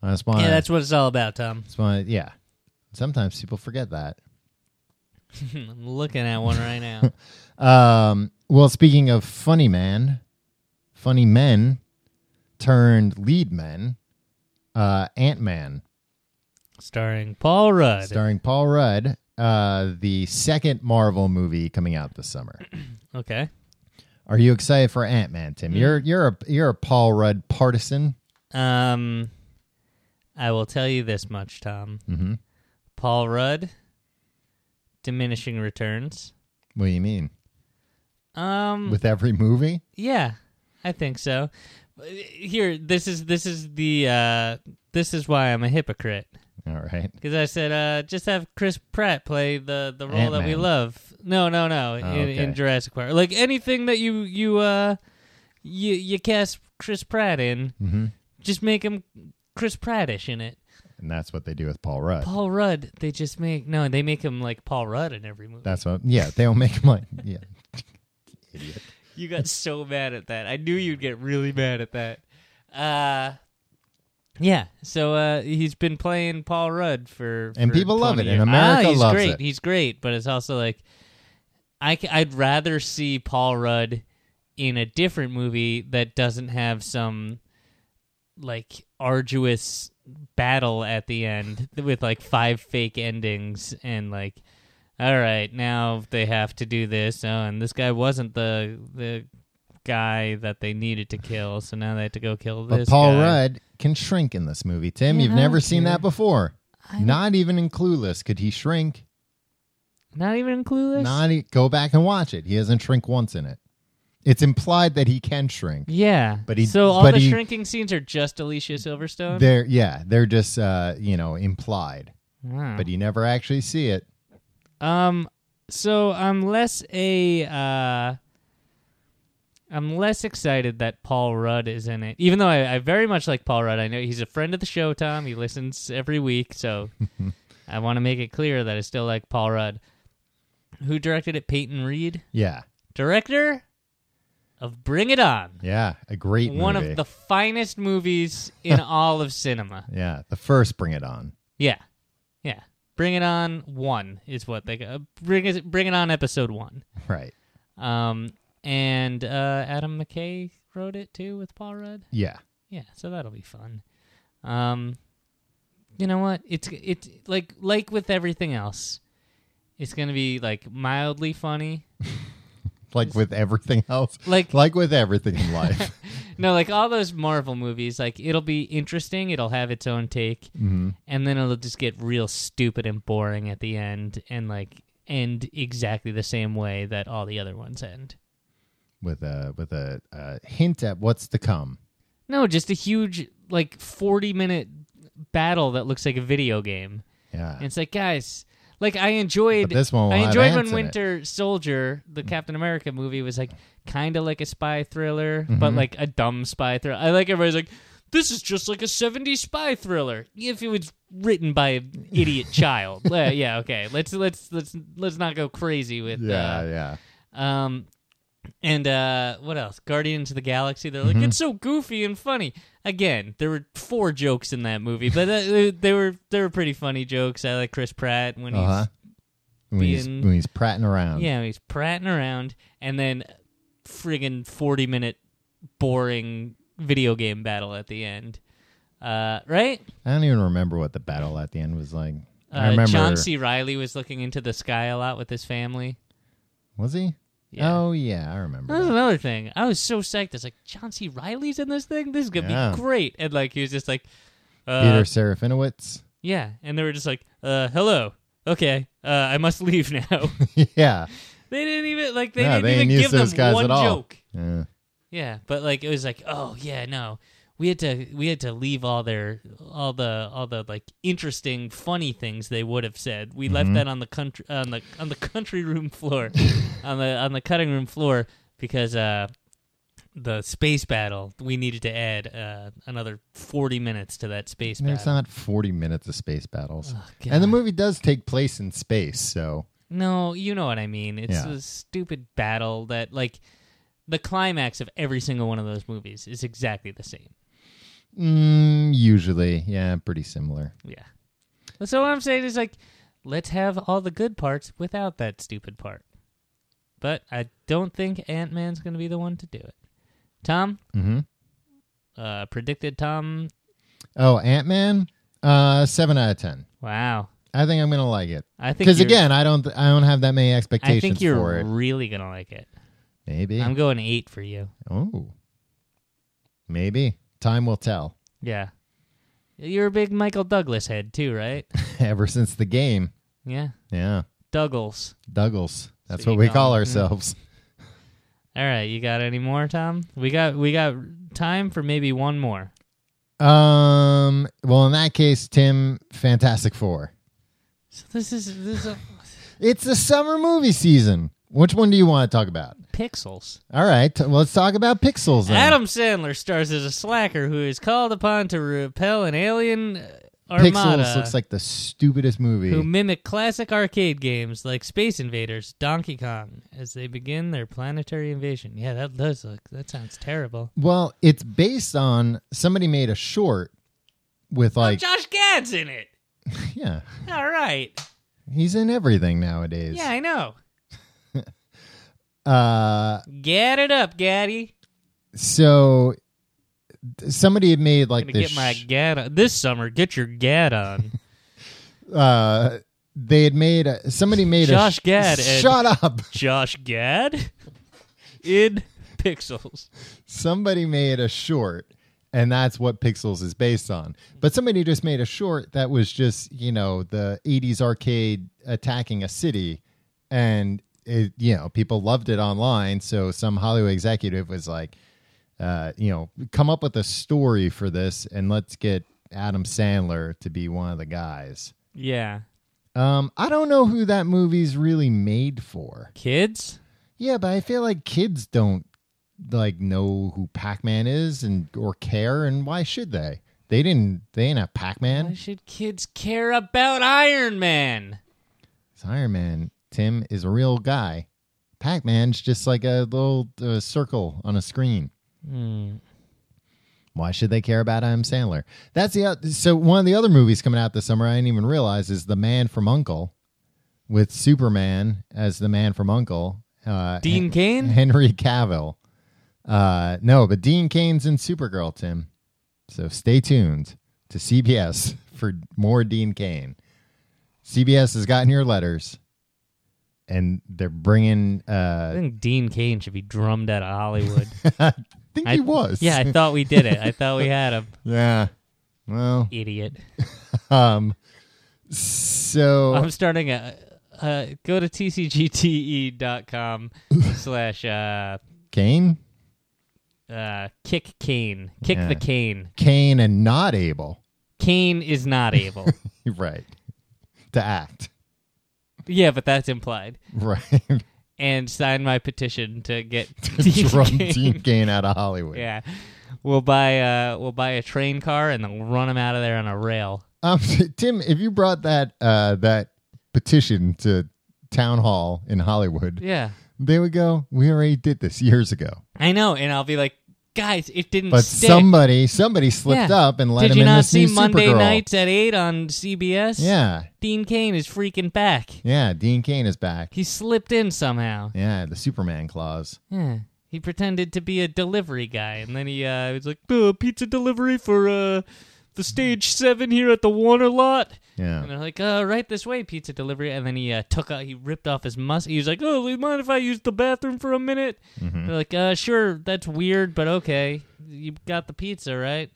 Speaker 2: I just want.
Speaker 1: Yeah, that's what it's all about, Tom. (laughs)
Speaker 2: Just wanna, yeah. Sometimes people forget that.
Speaker 1: I'm looking at one right
Speaker 2: (laughs)
Speaker 1: now.
Speaker 2: Um, well, speaking of funny man, funny men turned lead men, uh, Ant Man,
Speaker 1: Starring Paul Rudd.
Speaker 2: starring Paul Rudd, uh, the second Marvel movie coming out this summer.
Speaker 1: okay.
Speaker 2: Are you excited for Ant Man,
Speaker 1: Mm.
Speaker 2: Tim? You're you're a you're a Paul Rudd partisan.
Speaker 1: Um, I will tell you this much, Tom.
Speaker 2: Mhm.
Speaker 1: Paul Rudd, diminishing returns.
Speaker 2: What do you mean?
Speaker 1: Um,
Speaker 2: With every movie,
Speaker 1: yeah, I think so. Here, this is this is the uh, this is why I'm a hypocrite
Speaker 2: all right.
Speaker 1: because I said uh, just have Chris Pratt play the the role that we
Speaker 2: Ant-Man.
Speaker 1: love. No, no, no, in,
Speaker 2: Oh,
Speaker 1: in
Speaker 2: okay.
Speaker 1: Jurassic Park, like anything that you you uh you you cast Chris Pratt in,
Speaker 2: hmm
Speaker 1: just make him Chris Prattish in it.
Speaker 2: And that's what they do with Paul Rudd.
Speaker 1: Paul Rudd, they just make no, they make him like Paul Rudd in every movie.
Speaker 2: That's what. Yeah, they'll make money. Yeah,
Speaker 1: you got so mad at that. I knew you'd get really mad at that. Uh yeah, so uh, he's been playing Paul Rudd for,
Speaker 2: And
Speaker 1: for
Speaker 2: people love
Speaker 1: 20
Speaker 2: it, and
Speaker 1: years.
Speaker 2: America
Speaker 1: ah, he's
Speaker 2: loves
Speaker 1: great.
Speaker 2: it.
Speaker 1: He's great, but it's also like I would rather see Paul Rudd in a different movie that doesn't have some like arduous battle at the end with like five fake endings and like all right now they have to do this oh and this guy wasn't the the guy that they needed to kill so now they have to go kill
Speaker 2: But
Speaker 1: this
Speaker 2: Paul
Speaker 1: guy.
Speaker 2: Rudd can shrink in this movie, Tim.
Speaker 1: Yeah,
Speaker 2: You've
Speaker 1: I
Speaker 2: never
Speaker 1: don't
Speaker 2: seen
Speaker 1: care.
Speaker 2: that before.
Speaker 1: I don't-
Speaker 2: Not even in Clueless could he shrink.
Speaker 1: not even clueless
Speaker 2: Not e- go back and watch it. He doesn't shrink once in it. It's implied that he can shrink.
Speaker 1: yeah
Speaker 2: But he-
Speaker 1: so all
Speaker 2: but
Speaker 1: the
Speaker 2: he-
Speaker 1: shrinking scenes are just alicia silverstone
Speaker 2: They're yeah, they're just uh, you know implied,
Speaker 1: Wow.
Speaker 2: but you never actually see it.
Speaker 1: Um, so I'm less a uh, I'm less excited that Paul Rudd is in it. Even though I, I very much like Paul Rudd, I know he's a friend of the show. Tom, he listens every week, so I want to make it clear that I still like Paul Rudd. Who directed it? Peyton Reed,
Speaker 2: Yeah,
Speaker 1: director of Bring It On,
Speaker 2: yeah, a great
Speaker 1: one
Speaker 2: movie.
Speaker 1: of the finest movies in all of cinema.
Speaker 2: yeah, the first Bring It On.
Speaker 1: Yeah, yeah. Bring It On One is what they uh, bring. It, bring It On Episode One.
Speaker 2: Right.
Speaker 1: Um, and uh, Adam McKay wrote it too with Paul Rudd.
Speaker 2: Yeah.
Speaker 1: Yeah, so that'll be fun. Um, you know what? It's it's like like with everything else, it's gonna be like mildly funny.
Speaker 2: Like with everything else. (laughs)
Speaker 1: Like
Speaker 2: Like with everything in life.
Speaker 1: (laughs) no, like all those Marvel movies. Like it'll be interesting. It'll have its own take,
Speaker 2: Mhm.
Speaker 1: and then it'll just get real stupid and boring at the end, and like end exactly the same way that all the other ones end.
Speaker 2: With a with a, a hint at what's to come.
Speaker 1: No, just a huge like forty minute battle that looks like a video game.
Speaker 2: Yeah.
Speaker 1: And it's like, guys, like I enjoyed
Speaker 2: But this one will
Speaker 1: I
Speaker 2: have
Speaker 1: enjoyed
Speaker 2: ants
Speaker 1: when
Speaker 2: in it. Mm.
Speaker 1: Winter Soldier, the Captain America movie, was like kind of like a spy thriller,
Speaker 2: Mm-hmm.
Speaker 1: but like a dumb spy thriller. I like everybody's like, this is just like a '70s spy thriller if it was written by an idiot
Speaker 2: (laughs)
Speaker 1: child. Uh, yeah, okay. Let's let's let's let's not go crazy with
Speaker 2: yeah,
Speaker 1: uh,
Speaker 2: yeah.
Speaker 1: um, and uh, what else? Guardians of the Galaxy. They're
Speaker 2: Mm-hmm.
Speaker 1: like, it's so goofy and funny. Again, there were four jokes in that movie, but uh, they were they were pretty funny jokes. I like Chris Pratt when he's
Speaker 2: Uh-huh. When he's,
Speaker 1: being-
Speaker 2: when he's pratting around.
Speaker 1: yeah when he's pratting around, and then friggin' forty minute boring video game battle at the end. Uh, right?
Speaker 2: I don't even remember what the battle at the end was like.
Speaker 1: Uh,
Speaker 2: I remember.
Speaker 1: John C. Riley was looking into the sky a lot with his family.
Speaker 2: Was he?
Speaker 1: Yeah. Uh,
Speaker 2: Oh yeah, I remember.
Speaker 1: That was
Speaker 2: that.
Speaker 1: another thing. I was so psyched. It's like John C. Riley's in this thing. This is gonna
Speaker 2: Yeah.
Speaker 1: be great. And like he was just like, uh,
Speaker 2: Peter Serafinowicz.
Speaker 1: yeah. And they were just like, uh, hello. Okay, uh, I must leave now. (laughs)
Speaker 2: yeah.
Speaker 1: they didn't even like they
Speaker 2: No,
Speaker 1: didn't
Speaker 2: they
Speaker 1: even
Speaker 2: didn't use
Speaker 1: give them
Speaker 2: those guys
Speaker 1: one
Speaker 2: at all.
Speaker 1: joke.
Speaker 2: Yeah.
Speaker 1: Yeah, but like it was like, oh yeah, no, we had to we had to leave all their all the all the like interesting funny things they would have said. We left that on the country on the on the (laughs) country room floor, on the on the cutting room floor because uh, the space battle we needed to add uh, another forty minutes to that space
Speaker 2: There's
Speaker 1: battle.
Speaker 2: not 40 minutes of space battles.
Speaker 1: Oh,
Speaker 2: and the
Speaker 1: God.
Speaker 2: movie does take place in space, so
Speaker 1: No, you know what I mean. It's
Speaker 2: Yeah.
Speaker 1: a stupid battle that like the climax of every single one of those movies is exactly the same.
Speaker 2: mm, usually, yeah, pretty similar.
Speaker 1: Yeah. So what I'm saying is like let's have all the good parts without that stupid part. But I don't think Ant-Man's going to be the one to do it. Tom
Speaker 2: hmm
Speaker 1: uh predicted Tom.
Speaker 2: Oh, Ant Man, uh, seven out of ten.
Speaker 1: Wow.
Speaker 2: I think I'm gonna like it
Speaker 1: I think
Speaker 2: because
Speaker 1: you're-
Speaker 2: again, I don't, I don't have that many
Speaker 1: I
Speaker 2: expectations
Speaker 1: think you're
Speaker 2: for it.
Speaker 1: really going to like it.
Speaker 2: Maybe.
Speaker 1: I'm going 8 for you.
Speaker 2: oh, maybe time will tell. (laughs)
Speaker 1: Yeah. You're a big Michael Douglas head too, right?
Speaker 2: Ever since the game,
Speaker 1: Yeah.
Speaker 2: yeah,
Speaker 1: Douglas.
Speaker 2: Douglas. That's
Speaker 1: So
Speaker 2: what
Speaker 1: you Mm-hmm.
Speaker 2: we
Speaker 1: call
Speaker 2: call
Speaker 1: him.
Speaker 2: ourselves.
Speaker 1: All right, you got any more, Tom? We got we got time for maybe one more.
Speaker 2: Um. Well, in that case, Tim, Fantastic Four.
Speaker 1: So this is this is a, (laughs)
Speaker 2: It's the summer movie season. Which one do you want to talk about?
Speaker 1: pixels.
Speaker 2: All right, t- let's talk about Pixels. Then.
Speaker 1: Adam Sandler stars as a slacker who is called upon to repel an alien uh,
Speaker 2: Pixels
Speaker 1: armada
Speaker 2: looks like the stupidest movie.
Speaker 1: who mimic classic arcade games like Space Invaders, Donkey Kong, as they begin their planetary invasion. Yeah, that does look that sounds terrible.
Speaker 2: Well, it's based on somebody made a short with like
Speaker 1: Oh, Josh Gad's in it.
Speaker 2: (laughs) yeah,
Speaker 1: All right.
Speaker 2: he's in everything nowadays.
Speaker 1: Yeah, I know.
Speaker 2: Uh,
Speaker 1: Gad it up, Gaddy.
Speaker 2: so th- somebody had made like
Speaker 1: Gonna
Speaker 2: this.
Speaker 1: get my
Speaker 2: sh-
Speaker 1: Gad on. this summer. Get your Gad
Speaker 2: (laughs)
Speaker 1: on.
Speaker 2: uh, they had made a, somebody made
Speaker 1: Josh
Speaker 2: a sh-
Speaker 1: Gad and-
Speaker 2: Shut up!
Speaker 1: Josh Gad in Pixels.
Speaker 2: Somebody made a short, and that's what Pixels is based on. But somebody just made a short that was just you know the '80s arcade attacking a city, and it, you know people loved it online. So some Hollywood executive was like, uh, you know, come up with a story for this, and let's get Adam Sandler to be one of the guys.
Speaker 1: Yeah.
Speaker 2: Um, I don't know who that movie's really made for.
Speaker 1: Kids?
Speaker 2: Yeah, but I feel like kids don't like know who Pac-Man is and or care, and why should they? They didn't. They ain't have
Speaker 1: Why
Speaker 2: Pac-Man.
Speaker 1: should kids care about Iron Man?
Speaker 2: It's Iron Man. Tim is a real guy. Pac-Man's just like a little uh, circle on a screen.
Speaker 1: Hmm.
Speaker 2: Why should they care about Adam Sandler? That's the oth- so one of the other movies coming out this summer I didn't even realize is The Man from Uncle, with Superman as the Man from Uncle. Uh,
Speaker 1: Dean Cain?
Speaker 2: Henry Cavill. Uh, no, but Dean Kane's in Supergirl, Tim. So stay tuned to CBS (laughs) for more Dean Kane. CBS has gotten your letters, and they're bringing.
Speaker 1: I
Speaker 2: Uh,
Speaker 1: think Dean Cain should be drummed out of
Speaker 2: (laughs)
Speaker 1: Hollywood.
Speaker 2: I think
Speaker 1: I-
Speaker 2: he was.
Speaker 1: yeah, I thought we did it. I thought we had him.
Speaker 2: yeah. Well,
Speaker 1: Idiot.
Speaker 2: um, so
Speaker 1: I'm starting a. Uh, go to
Speaker 2: (laughs)
Speaker 1: tcgte.com E slash uh,
Speaker 2: Kane,
Speaker 1: uh, kick Kane. Kick
Speaker 2: Yeah.
Speaker 1: the Kane.
Speaker 2: Kane, and not able,
Speaker 1: Kane is
Speaker 2: (laughs)
Speaker 1: not able.
Speaker 2: right, to act, (laughs)
Speaker 1: yeah, but that's implied.
Speaker 2: right,
Speaker 1: and sign my petition to get
Speaker 2: (laughs) to drum
Speaker 1: DK.
Speaker 2: Dean Kane out of Hollywood.
Speaker 1: (laughs) Yeah, we'll buy uh we'll buy a train car and then we'll run him out of there on a rail.
Speaker 2: Um, (laughs) Tim, if you brought that uh, that petition to town hall in Hollywood,
Speaker 1: Yeah,
Speaker 2: they would go, "We already did this years ago."
Speaker 1: I know, and I'll be like, guys, it didn't.
Speaker 2: But
Speaker 1: stick.
Speaker 2: somebody, somebody slipped
Speaker 1: Yeah.
Speaker 2: up and let
Speaker 1: Did
Speaker 2: him
Speaker 1: you
Speaker 2: in
Speaker 1: not
Speaker 2: this
Speaker 1: see
Speaker 2: new
Speaker 1: Monday
Speaker 2: Supergirl.
Speaker 1: nights at eight on CBS?
Speaker 2: Yeah,
Speaker 1: Dean Kane is freaking back.
Speaker 2: yeah. Dean Kane is back.
Speaker 1: He slipped in somehow.
Speaker 2: Yeah, the Superman clause.
Speaker 1: Yeah. He pretended to be a delivery guy, and then he uh, was like, "Uh, "Pizza delivery for uh, the stage seven here at the Warner lot."
Speaker 2: Yeah,
Speaker 1: And they're like, uh, right this way, pizza delivery. And then he uh, took out, he ripped off his musk. He was like, oh, do you mind if I use the bathroom for a minute?
Speaker 2: Hmm. mm-hmm.
Speaker 1: They're like, uh, sure, that's weird, but okay. You got the pizza, right?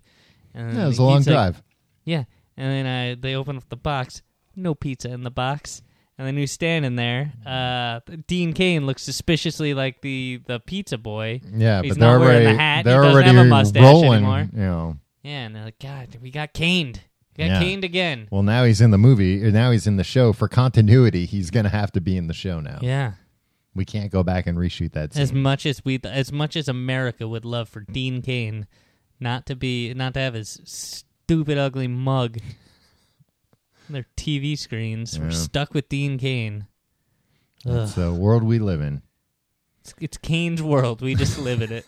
Speaker 1: And
Speaker 2: yeah. It
Speaker 1: then
Speaker 2: was a long
Speaker 1: he's like,
Speaker 2: drive.
Speaker 1: yeah. And then I, they open up the box. No pizza in the box. and then who's standing there? Uh, Dean Kane looks suspiciously like the the pizza boy.
Speaker 2: Yeah,
Speaker 1: He's
Speaker 2: but they're
Speaker 1: not wearing
Speaker 2: already
Speaker 1: the hat. He
Speaker 2: they're
Speaker 1: doesn't
Speaker 2: already
Speaker 1: have a mustache
Speaker 2: rolling.
Speaker 1: anymore.
Speaker 2: You know,
Speaker 1: Yeah, and they're like, God, we got caned. We got
Speaker 2: Yeah.
Speaker 1: caned again.
Speaker 2: well now he's in the movie. Or now he's in the show for continuity. He's gonna have to be in the show now.
Speaker 1: Yeah.
Speaker 2: We can't go back and reshoot that.
Speaker 1: As
Speaker 2: Scene.
Speaker 1: much as we, as much as America would love for Dean Kane not to be, not to have his stupid, ugly mug, on their TV screens. We're
Speaker 2: Yeah.
Speaker 1: stuck with Dean Kane. Ugh.
Speaker 2: It's the world we live in.
Speaker 1: It's, it's Kane's world. We just live in
Speaker 2: (laughs)
Speaker 1: it.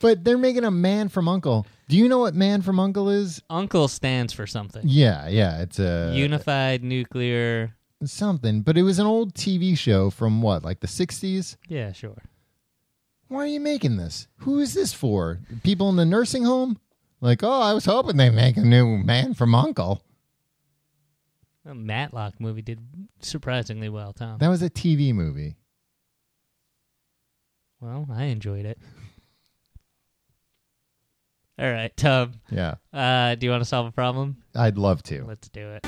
Speaker 2: But they're making a Man from Uncle. Do you know what Man from Uncle is?
Speaker 1: Uncle stands for something.
Speaker 2: Yeah, yeah, it's a
Speaker 1: Unified nuclear.
Speaker 2: something. But it was an old TV show from what, like the '60s?
Speaker 1: Yeah, sure.
Speaker 2: Why are you making this? Who is this for? People in the nursing home? Like, oh, I was hoping they make a new Man from Uncle.
Speaker 1: The Matlock movie did surprisingly well, Tom.
Speaker 2: That was a TV movie.
Speaker 1: well, I enjoyed it. All right, Tom.
Speaker 2: Yeah,
Speaker 1: Uh, do you want to solve a problem?
Speaker 2: I'd love to.
Speaker 1: Let's do it.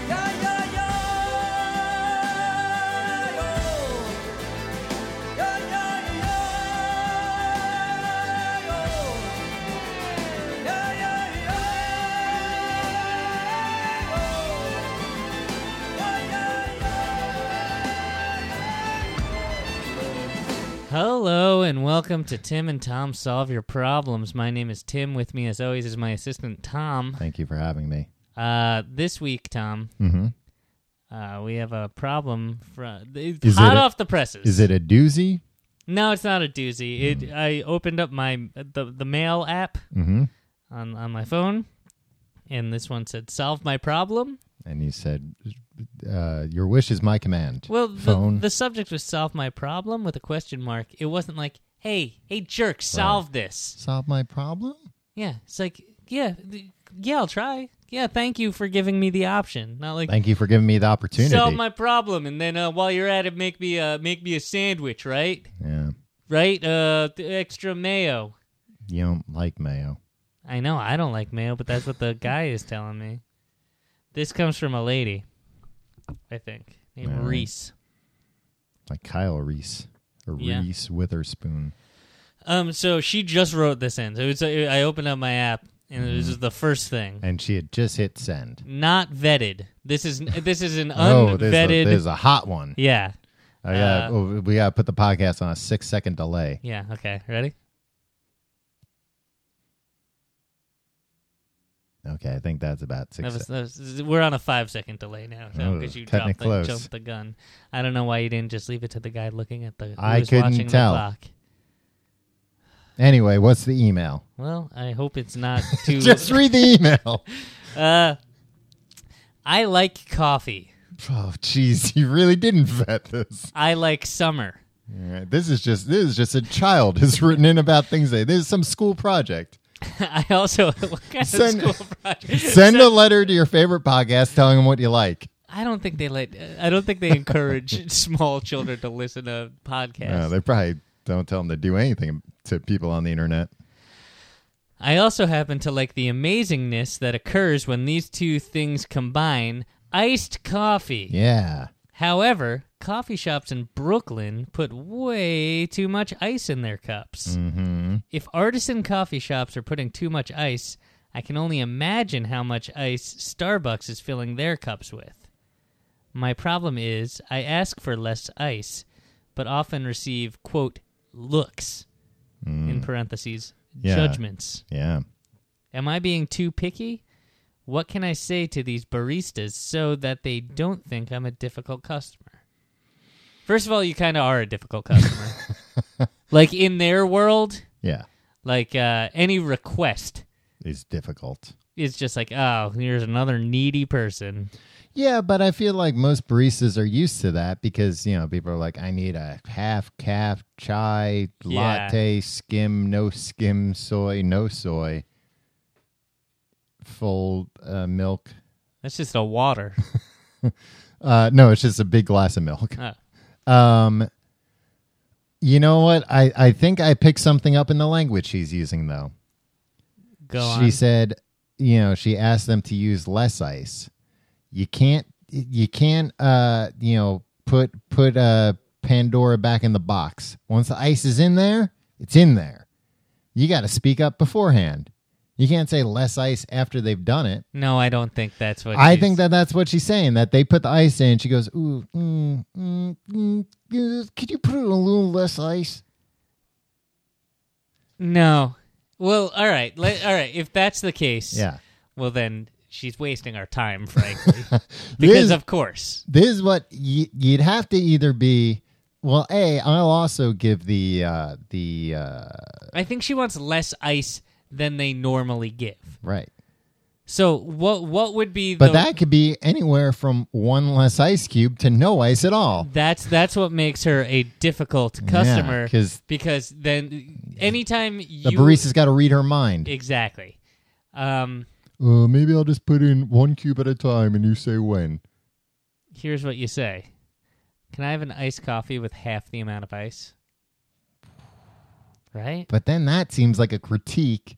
Speaker 1: Hello and welcome to Tim and Tom Solve Your Problems. My name is Tim. With me, as always, is my assistant Tom.
Speaker 2: Thank you for having me.
Speaker 1: Uh, this week, Tom,
Speaker 2: Mm-hmm.
Speaker 1: uh, we have a problem. From it's
Speaker 2: Is
Speaker 1: hot
Speaker 2: it a-
Speaker 1: off the presses.
Speaker 2: Is it a doozy?
Speaker 1: No, it's not a doozy. It. I opened up my the the mail app
Speaker 2: Mm-hmm.
Speaker 1: on on my phone, and this one said "Solve my problem."
Speaker 2: And he said, uh, "Your wish is my command."
Speaker 1: Well, the,
Speaker 2: Phone.
Speaker 1: the subject was "Solve my problem" with a question mark. It wasn't like, "Hey, hey, jerk, solve this."
Speaker 2: Solve my problem.
Speaker 1: Yeah, it's like, yeah, th- yeah, I'll try. Yeah, thank you for giving me the option. Not like
Speaker 2: Thank you for giving me the opportunity.
Speaker 1: solve my problem, and then uh, while you're at it, make me uh, make me a sandwich, right?
Speaker 2: yeah,
Speaker 1: Right? Uh, th- extra mayo.
Speaker 2: you don't like mayo.
Speaker 1: I know I don't like mayo, but that's what the guy is telling me. This comes from a lady, I think, named
Speaker 2: Alright.
Speaker 1: Reese.
Speaker 2: like Kyle Reese or
Speaker 1: Yeah.
Speaker 2: Reese Witherspoon.
Speaker 1: Um, so she just wrote this in. So it's uh, I opened up my app, and it was
Speaker 2: Mm-hmm.
Speaker 1: just the first thing.
Speaker 2: And she had just hit send.
Speaker 1: Not vetted. This is this is an
Speaker 2: (laughs) Oh, there's a,
Speaker 1: unvetted.
Speaker 2: there's a hot one.
Speaker 1: yeah,
Speaker 2: I gotta,
Speaker 1: Uh,
Speaker 2: oh, we got to put the podcast on a six second delay.
Speaker 1: yeah. Okay, ready?
Speaker 2: Okay, I think that's about six
Speaker 1: That was,
Speaker 2: sec-
Speaker 1: that was, we're on a five second delay now
Speaker 2: Oh,
Speaker 1: because you
Speaker 2: cutting it
Speaker 1: dropped the,
Speaker 2: close.
Speaker 1: jumped the gun. I don't know why you didn't just leave it to the guy looking at the. who
Speaker 2: I
Speaker 1: was
Speaker 2: couldn't
Speaker 1: watching
Speaker 2: tell.
Speaker 1: The clock.
Speaker 2: Anyway, what's the email?
Speaker 1: Well, I hope it's
Speaker 2: (laughs)
Speaker 1: not too.
Speaker 2: Just read the email.
Speaker 1: Uh, I like coffee.
Speaker 2: Oh, jeez, you really didn't vet this.
Speaker 1: I like summer. (laughs)
Speaker 2: All right, this is just this is just a child has written in about things. They this is some
Speaker 1: (laughs)
Speaker 2: school project.
Speaker 1: I also (laughs) what kind
Speaker 2: Send-
Speaker 1: of school project?
Speaker 2: (laughs) Send a letter to your favorite podcast telling them what you like.
Speaker 1: I don't think they let. I don't think they
Speaker 2: (laughs)
Speaker 1: encourage small children to listen to podcasts.
Speaker 2: No, Uh, they probably don't tell them to do anything to people on the internet.
Speaker 1: I also happen to like the amazingness that occurs when these two things combine: iced coffee.
Speaker 2: Yeah.
Speaker 1: However, coffee shops in Brooklyn put way too much ice in their cups.
Speaker 2: Mm-hmm.
Speaker 1: If artisan coffee shops are putting too much ice, I can only imagine how much ice Starbucks is filling their cups with. My problem is, I ask for less ice, but often receive, quote, looks, in parentheses,
Speaker 2: Mm. Yeah.
Speaker 1: judgments.
Speaker 2: Yeah.
Speaker 1: Am I being too picky? What can I say to these baristas so that they don't think I'm a difficult customer? First of all, you kind of are a difficult customer.
Speaker 2: (laughs)
Speaker 1: like in their world,
Speaker 2: Yeah.
Speaker 1: like uh, any request
Speaker 2: Is difficult.
Speaker 1: is just like, oh, here's another needy person.
Speaker 2: Yeah, but I feel like most baristas are used to that because, you know, people are like, I need a half calf chai
Speaker 1: Yeah.
Speaker 2: latte, skim, no skim, soy, no soy, full uh, milk.
Speaker 1: That's just a
Speaker 2: (laughs)
Speaker 1: water.
Speaker 2: Uh, no, it's just a big glass of milk. (laughs)
Speaker 1: Oh.
Speaker 2: Um, you know what? I, I think I picked something up in the language she's using, though.
Speaker 1: Go
Speaker 2: she
Speaker 1: on.
Speaker 2: said, you know, she asked them to use less ice. You can't, you can't, uh, you know, put put uh Pandora back in the box. Once the ice is in there, it's in there. You got to speak up beforehand. You can't say less ice after they've done it.
Speaker 1: No, I don't think that's what.
Speaker 2: I
Speaker 1: she's-
Speaker 2: think that that's what she's saying. That they put the ice in. She goes, "Ooh, mm, mm, mm, uh, could you put in a little less ice?"
Speaker 1: No. Well, all right, let, all right. If that's the case,
Speaker 2: Yeah.
Speaker 1: Well, then she's wasting our time,
Speaker 2: (laughs)
Speaker 1: frankly, because
Speaker 2: Liz-
Speaker 1: of course.
Speaker 2: This is what y- you'd have to either be. Well, a I'll also give the uh, the uh,
Speaker 1: I think she wants less ice than they normally give.
Speaker 2: right,
Speaker 1: So what what would be
Speaker 2: but
Speaker 1: the,
Speaker 2: that could be anywhere from one less ice cube to no ice at all.
Speaker 1: that's that's what makes her a difficult customer
Speaker 2: because
Speaker 1: because then anytime you
Speaker 2: the barista's got to read her mind.
Speaker 1: exactly um
Speaker 2: Uh, maybe I'll just put in one cube at a time, and you say when.
Speaker 1: here's what you say can i have an iced coffee with half the amount of ice right
Speaker 2: But then that seems like a critique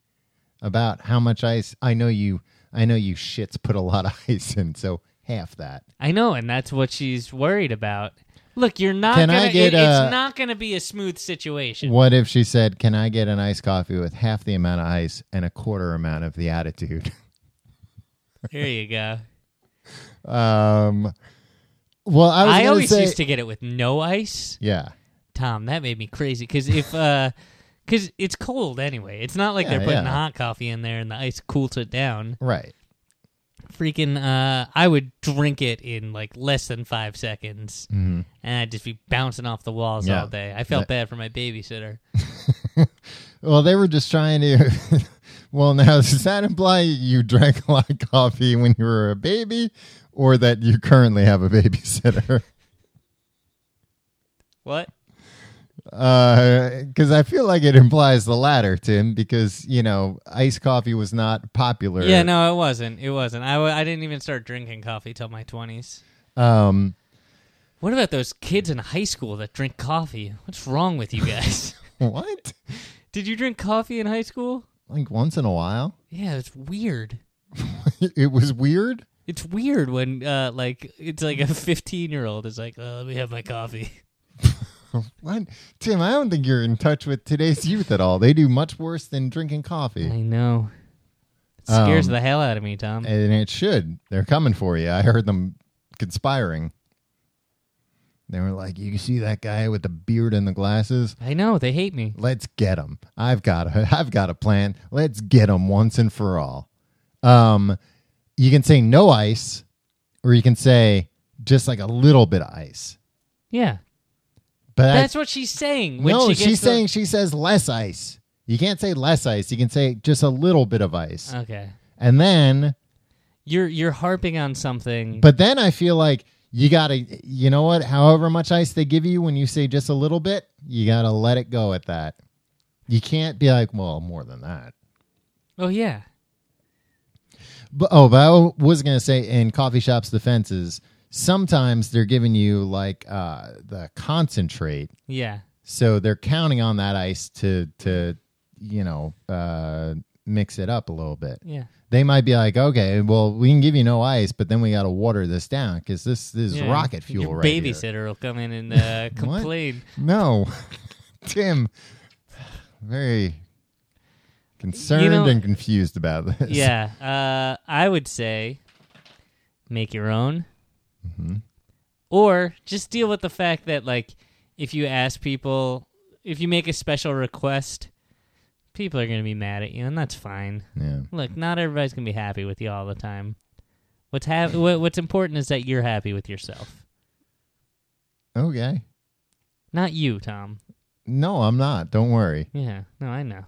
Speaker 2: about how much ice. I know you. I know you shits put a lot of (laughs) ice in, so half that.
Speaker 1: i know and that's what she's worried about look you're not
Speaker 2: Can I
Speaker 1: gonna
Speaker 2: get
Speaker 1: it-
Speaker 2: a-
Speaker 1: it's not gonna be a smooth situation
Speaker 2: What if she said, "Can I get an iced coffee with half the amount of ice and a quarter amount of the attitude?" (laughs)
Speaker 1: here you go
Speaker 2: Um. Well, (laughs) I was
Speaker 1: i,
Speaker 2: gonna
Speaker 1: always
Speaker 2: say,
Speaker 1: used to get it with no ice
Speaker 2: yeah,
Speaker 1: Tom, that made me crazy because if (laughs) because it's cold anyway, it's not like
Speaker 2: Yeah,
Speaker 1: they're putting
Speaker 2: yeah.
Speaker 1: hot coffee in there and the ice cools it down.
Speaker 2: right.
Speaker 1: Freaking, uh, I would drink it in like less than five seconds, and I'd just be bouncing off the walls
Speaker 2: Mm-hmm. Yeah.
Speaker 1: all day. I felt bad for my babysitter.
Speaker 2: Well, they were just trying to. (laughs) well, now (laughs) does that imply you drank a lot of coffee when you were a baby, or that you currently have a babysitter? (laughs)
Speaker 1: What?
Speaker 2: Because Uh, I feel like it implies the latter, Tim. Because you know, iced coffee was not popular.
Speaker 1: Yeah, no, it wasn't. It wasn't. I, w- I didn't even start drinking coffee till my twenties.
Speaker 2: Um.
Speaker 1: What about those kids in high school that drink coffee? What's wrong with you
Speaker 2: (laughs)
Speaker 1: guys?
Speaker 2: What?
Speaker 1: Did you drink coffee in high school?
Speaker 2: Like once in a while, (laughs)
Speaker 1: Yeah, it's weird.
Speaker 2: it was weird.
Speaker 1: It's weird when uh like it's like a (laughs) 15 year old is like, oh, "Let me have my coffee."
Speaker 2: What? Tim, I don't think you're in touch with today's youth at all. They do much worse than drinking coffee.
Speaker 1: I know. It scares
Speaker 2: Um,
Speaker 1: the hell out of me, Tom.
Speaker 2: And it should. They're coming for you. I heard them conspiring. They were like, "You see that guy with the beard and the glasses?
Speaker 1: I know they hate me.
Speaker 2: Let's get him. I've got a, (laughs) I've got a plan. Let's get him once and for all." Um, you can say no ice, or you can say just like a little bit of ice.
Speaker 1: Yeah,
Speaker 2: But I-
Speaker 1: that's what she's saying. When
Speaker 2: no,
Speaker 1: she gets
Speaker 2: she's
Speaker 1: the-
Speaker 2: saying she says less ice. You can't say less ice. You can say just a little bit of ice,
Speaker 1: (laughs) Okay,
Speaker 2: and then
Speaker 1: you're you're harping on something.
Speaker 2: But then I feel like you gotta, you know what? However much ice they give you, when you say just a little bit, you gotta let it go at that. You can't be like, well, more than that.
Speaker 1: oh yeah,
Speaker 2: But oh, but I was gonna say in coffee shops, the fences sometimes they're giving you like uh, the concentrate,
Speaker 1: yeah.
Speaker 2: so they're counting on that ice to to you know uh, mix it up a little bit.
Speaker 1: Yeah.
Speaker 2: They might be like, okay, well, we can give you no ice, but then we got to water this down because this, this is
Speaker 1: Yeah.
Speaker 2: rocket fuel
Speaker 1: Your
Speaker 2: right here.
Speaker 1: babysitter will come in and
Speaker 2: (laughs)
Speaker 1: uh, complain.
Speaker 2: No, (laughs) Tim, very concerned
Speaker 1: You know-
Speaker 2: and confused about this.
Speaker 1: yeah, uh, I would say make your own,
Speaker 2: Mm-hmm.
Speaker 1: or just deal with the fact that like if you ask people, if you make a special request, people are gonna be mad at you, and that's fine.
Speaker 2: yeah.
Speaker 1: Look, not everybody's gonna be happy with you all the time. What's ha- what, What's important is that you're happy with yourself,
Speaker 2: Okay.
Speaker 1: not you, Tom.
Speaker 2: No, I'm not. Don't worry.
Speaker 1: Yeah, no, I know.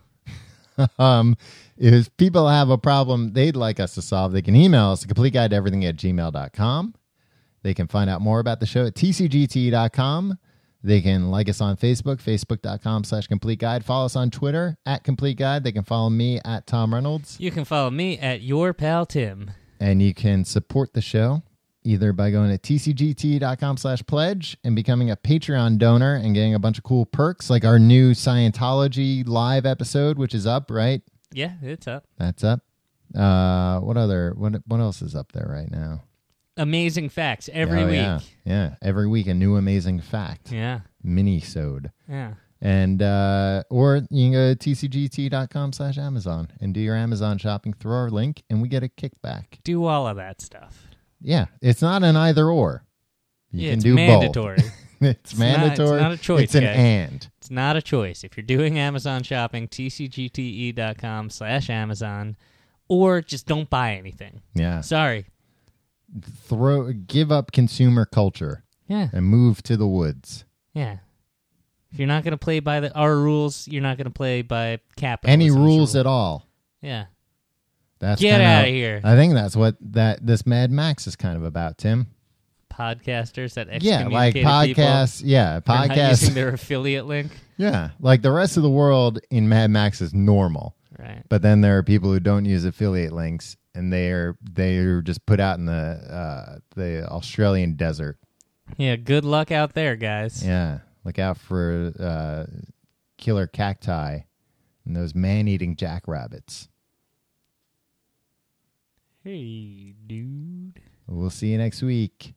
Speaker 2: um, if people have a problem they'd like us to solve, they can email us at complete guide to everything at gmail.com. They can find out more about the show at tcgt.com. E They can like us on Facebook, facebook.com slash complete guide. Follow us on Twitter at complete guide. They can follow me at Tom Reynolds.
Speaker 1: You can follow me at your pal Tim.
Speaker 2: and you can support the show either by going to tcgt.com E slash pledge and becoming a patreon donor and getting a bunch of cool perks like our new scientology live episode which is up right
Speaker 1: Yeah, it's up.
Speaker 2: that's up uh what other what what else is up there right now
Speaker 1: amazing facts every
Speaker 2: Oh,
Speaker 1: week.
Speaker 2: Yeah. yeah, every week a new amazing fact.
Speaker 1: yeah.
Speaker 2: Mini-sode.
Speaker 1: Yeah.
Speaker 2: And uh, or you can go to tcgt.com slash Amazon and do your Amazon shopping through our link and we get a kickback.
Speaker 1: Do all of that stuff.
Speaker 2: Yeah. It's not an either or. You
Speaker 1: Yeah,
Speaker 2: can
Speaker 1: it's
Speaker 2: do
Speaker 1: mandatory.
Speaker 2: both. (laughs)
Speaker 1: not- it's
Speaker 2: it's, mandatory.
Speaker 1: not a choice,
Speaker 2: It's an
Speaker 1: guys.
Speaker 2: and.
Speaker 1: it's not a choice. If you're doing Amazon shopping, tcgte.com E slash Amazon, or just don't buy anything.
Speaker 2: Yeah.
Speaker 1: Sorry.
Speaker 2: Throw give up consumer culture
Speaker 1: Yeah.
Speaker 2: and move to the woods.
Speaker 1: Yeah. If you're not going to play by the our rules, you're not going to play by capital.
Speaker 2: Any rules at all.
Speaker 1: Yeah.
Speaker 2: That's
Speaker 1: Get
Speaker 2: kinda-
Speaker 1: outta here.
Speaker 2: I think that's what that this Mad Max is kind of about, Tim.
Speaker 1: Podcasters that
Speaker 2: Yeah,
Speaker 1: excommunicated
Speaker 2: like podcasts. Yeah,
Speaker 1: people for not using
Speaker 2: podcasts.
Speaker 1: their affiliate link.
Speaker 2: (laughs) Yeah, like the rest of the world in Mad Max is normal.
Speaker 1: Right.
Speaker 2: But then there are people who don't use affiliate links, and they are they are just put out in the uh, the Australian desert.
Speaker 1: Yeah, good luck out there, guys.
Speaker 2: Yeah, look out for uh, killer cacti and those man eating jackrabbits.
Speaker 1: Hey, dude.
Speaker 2: We'll see you next week.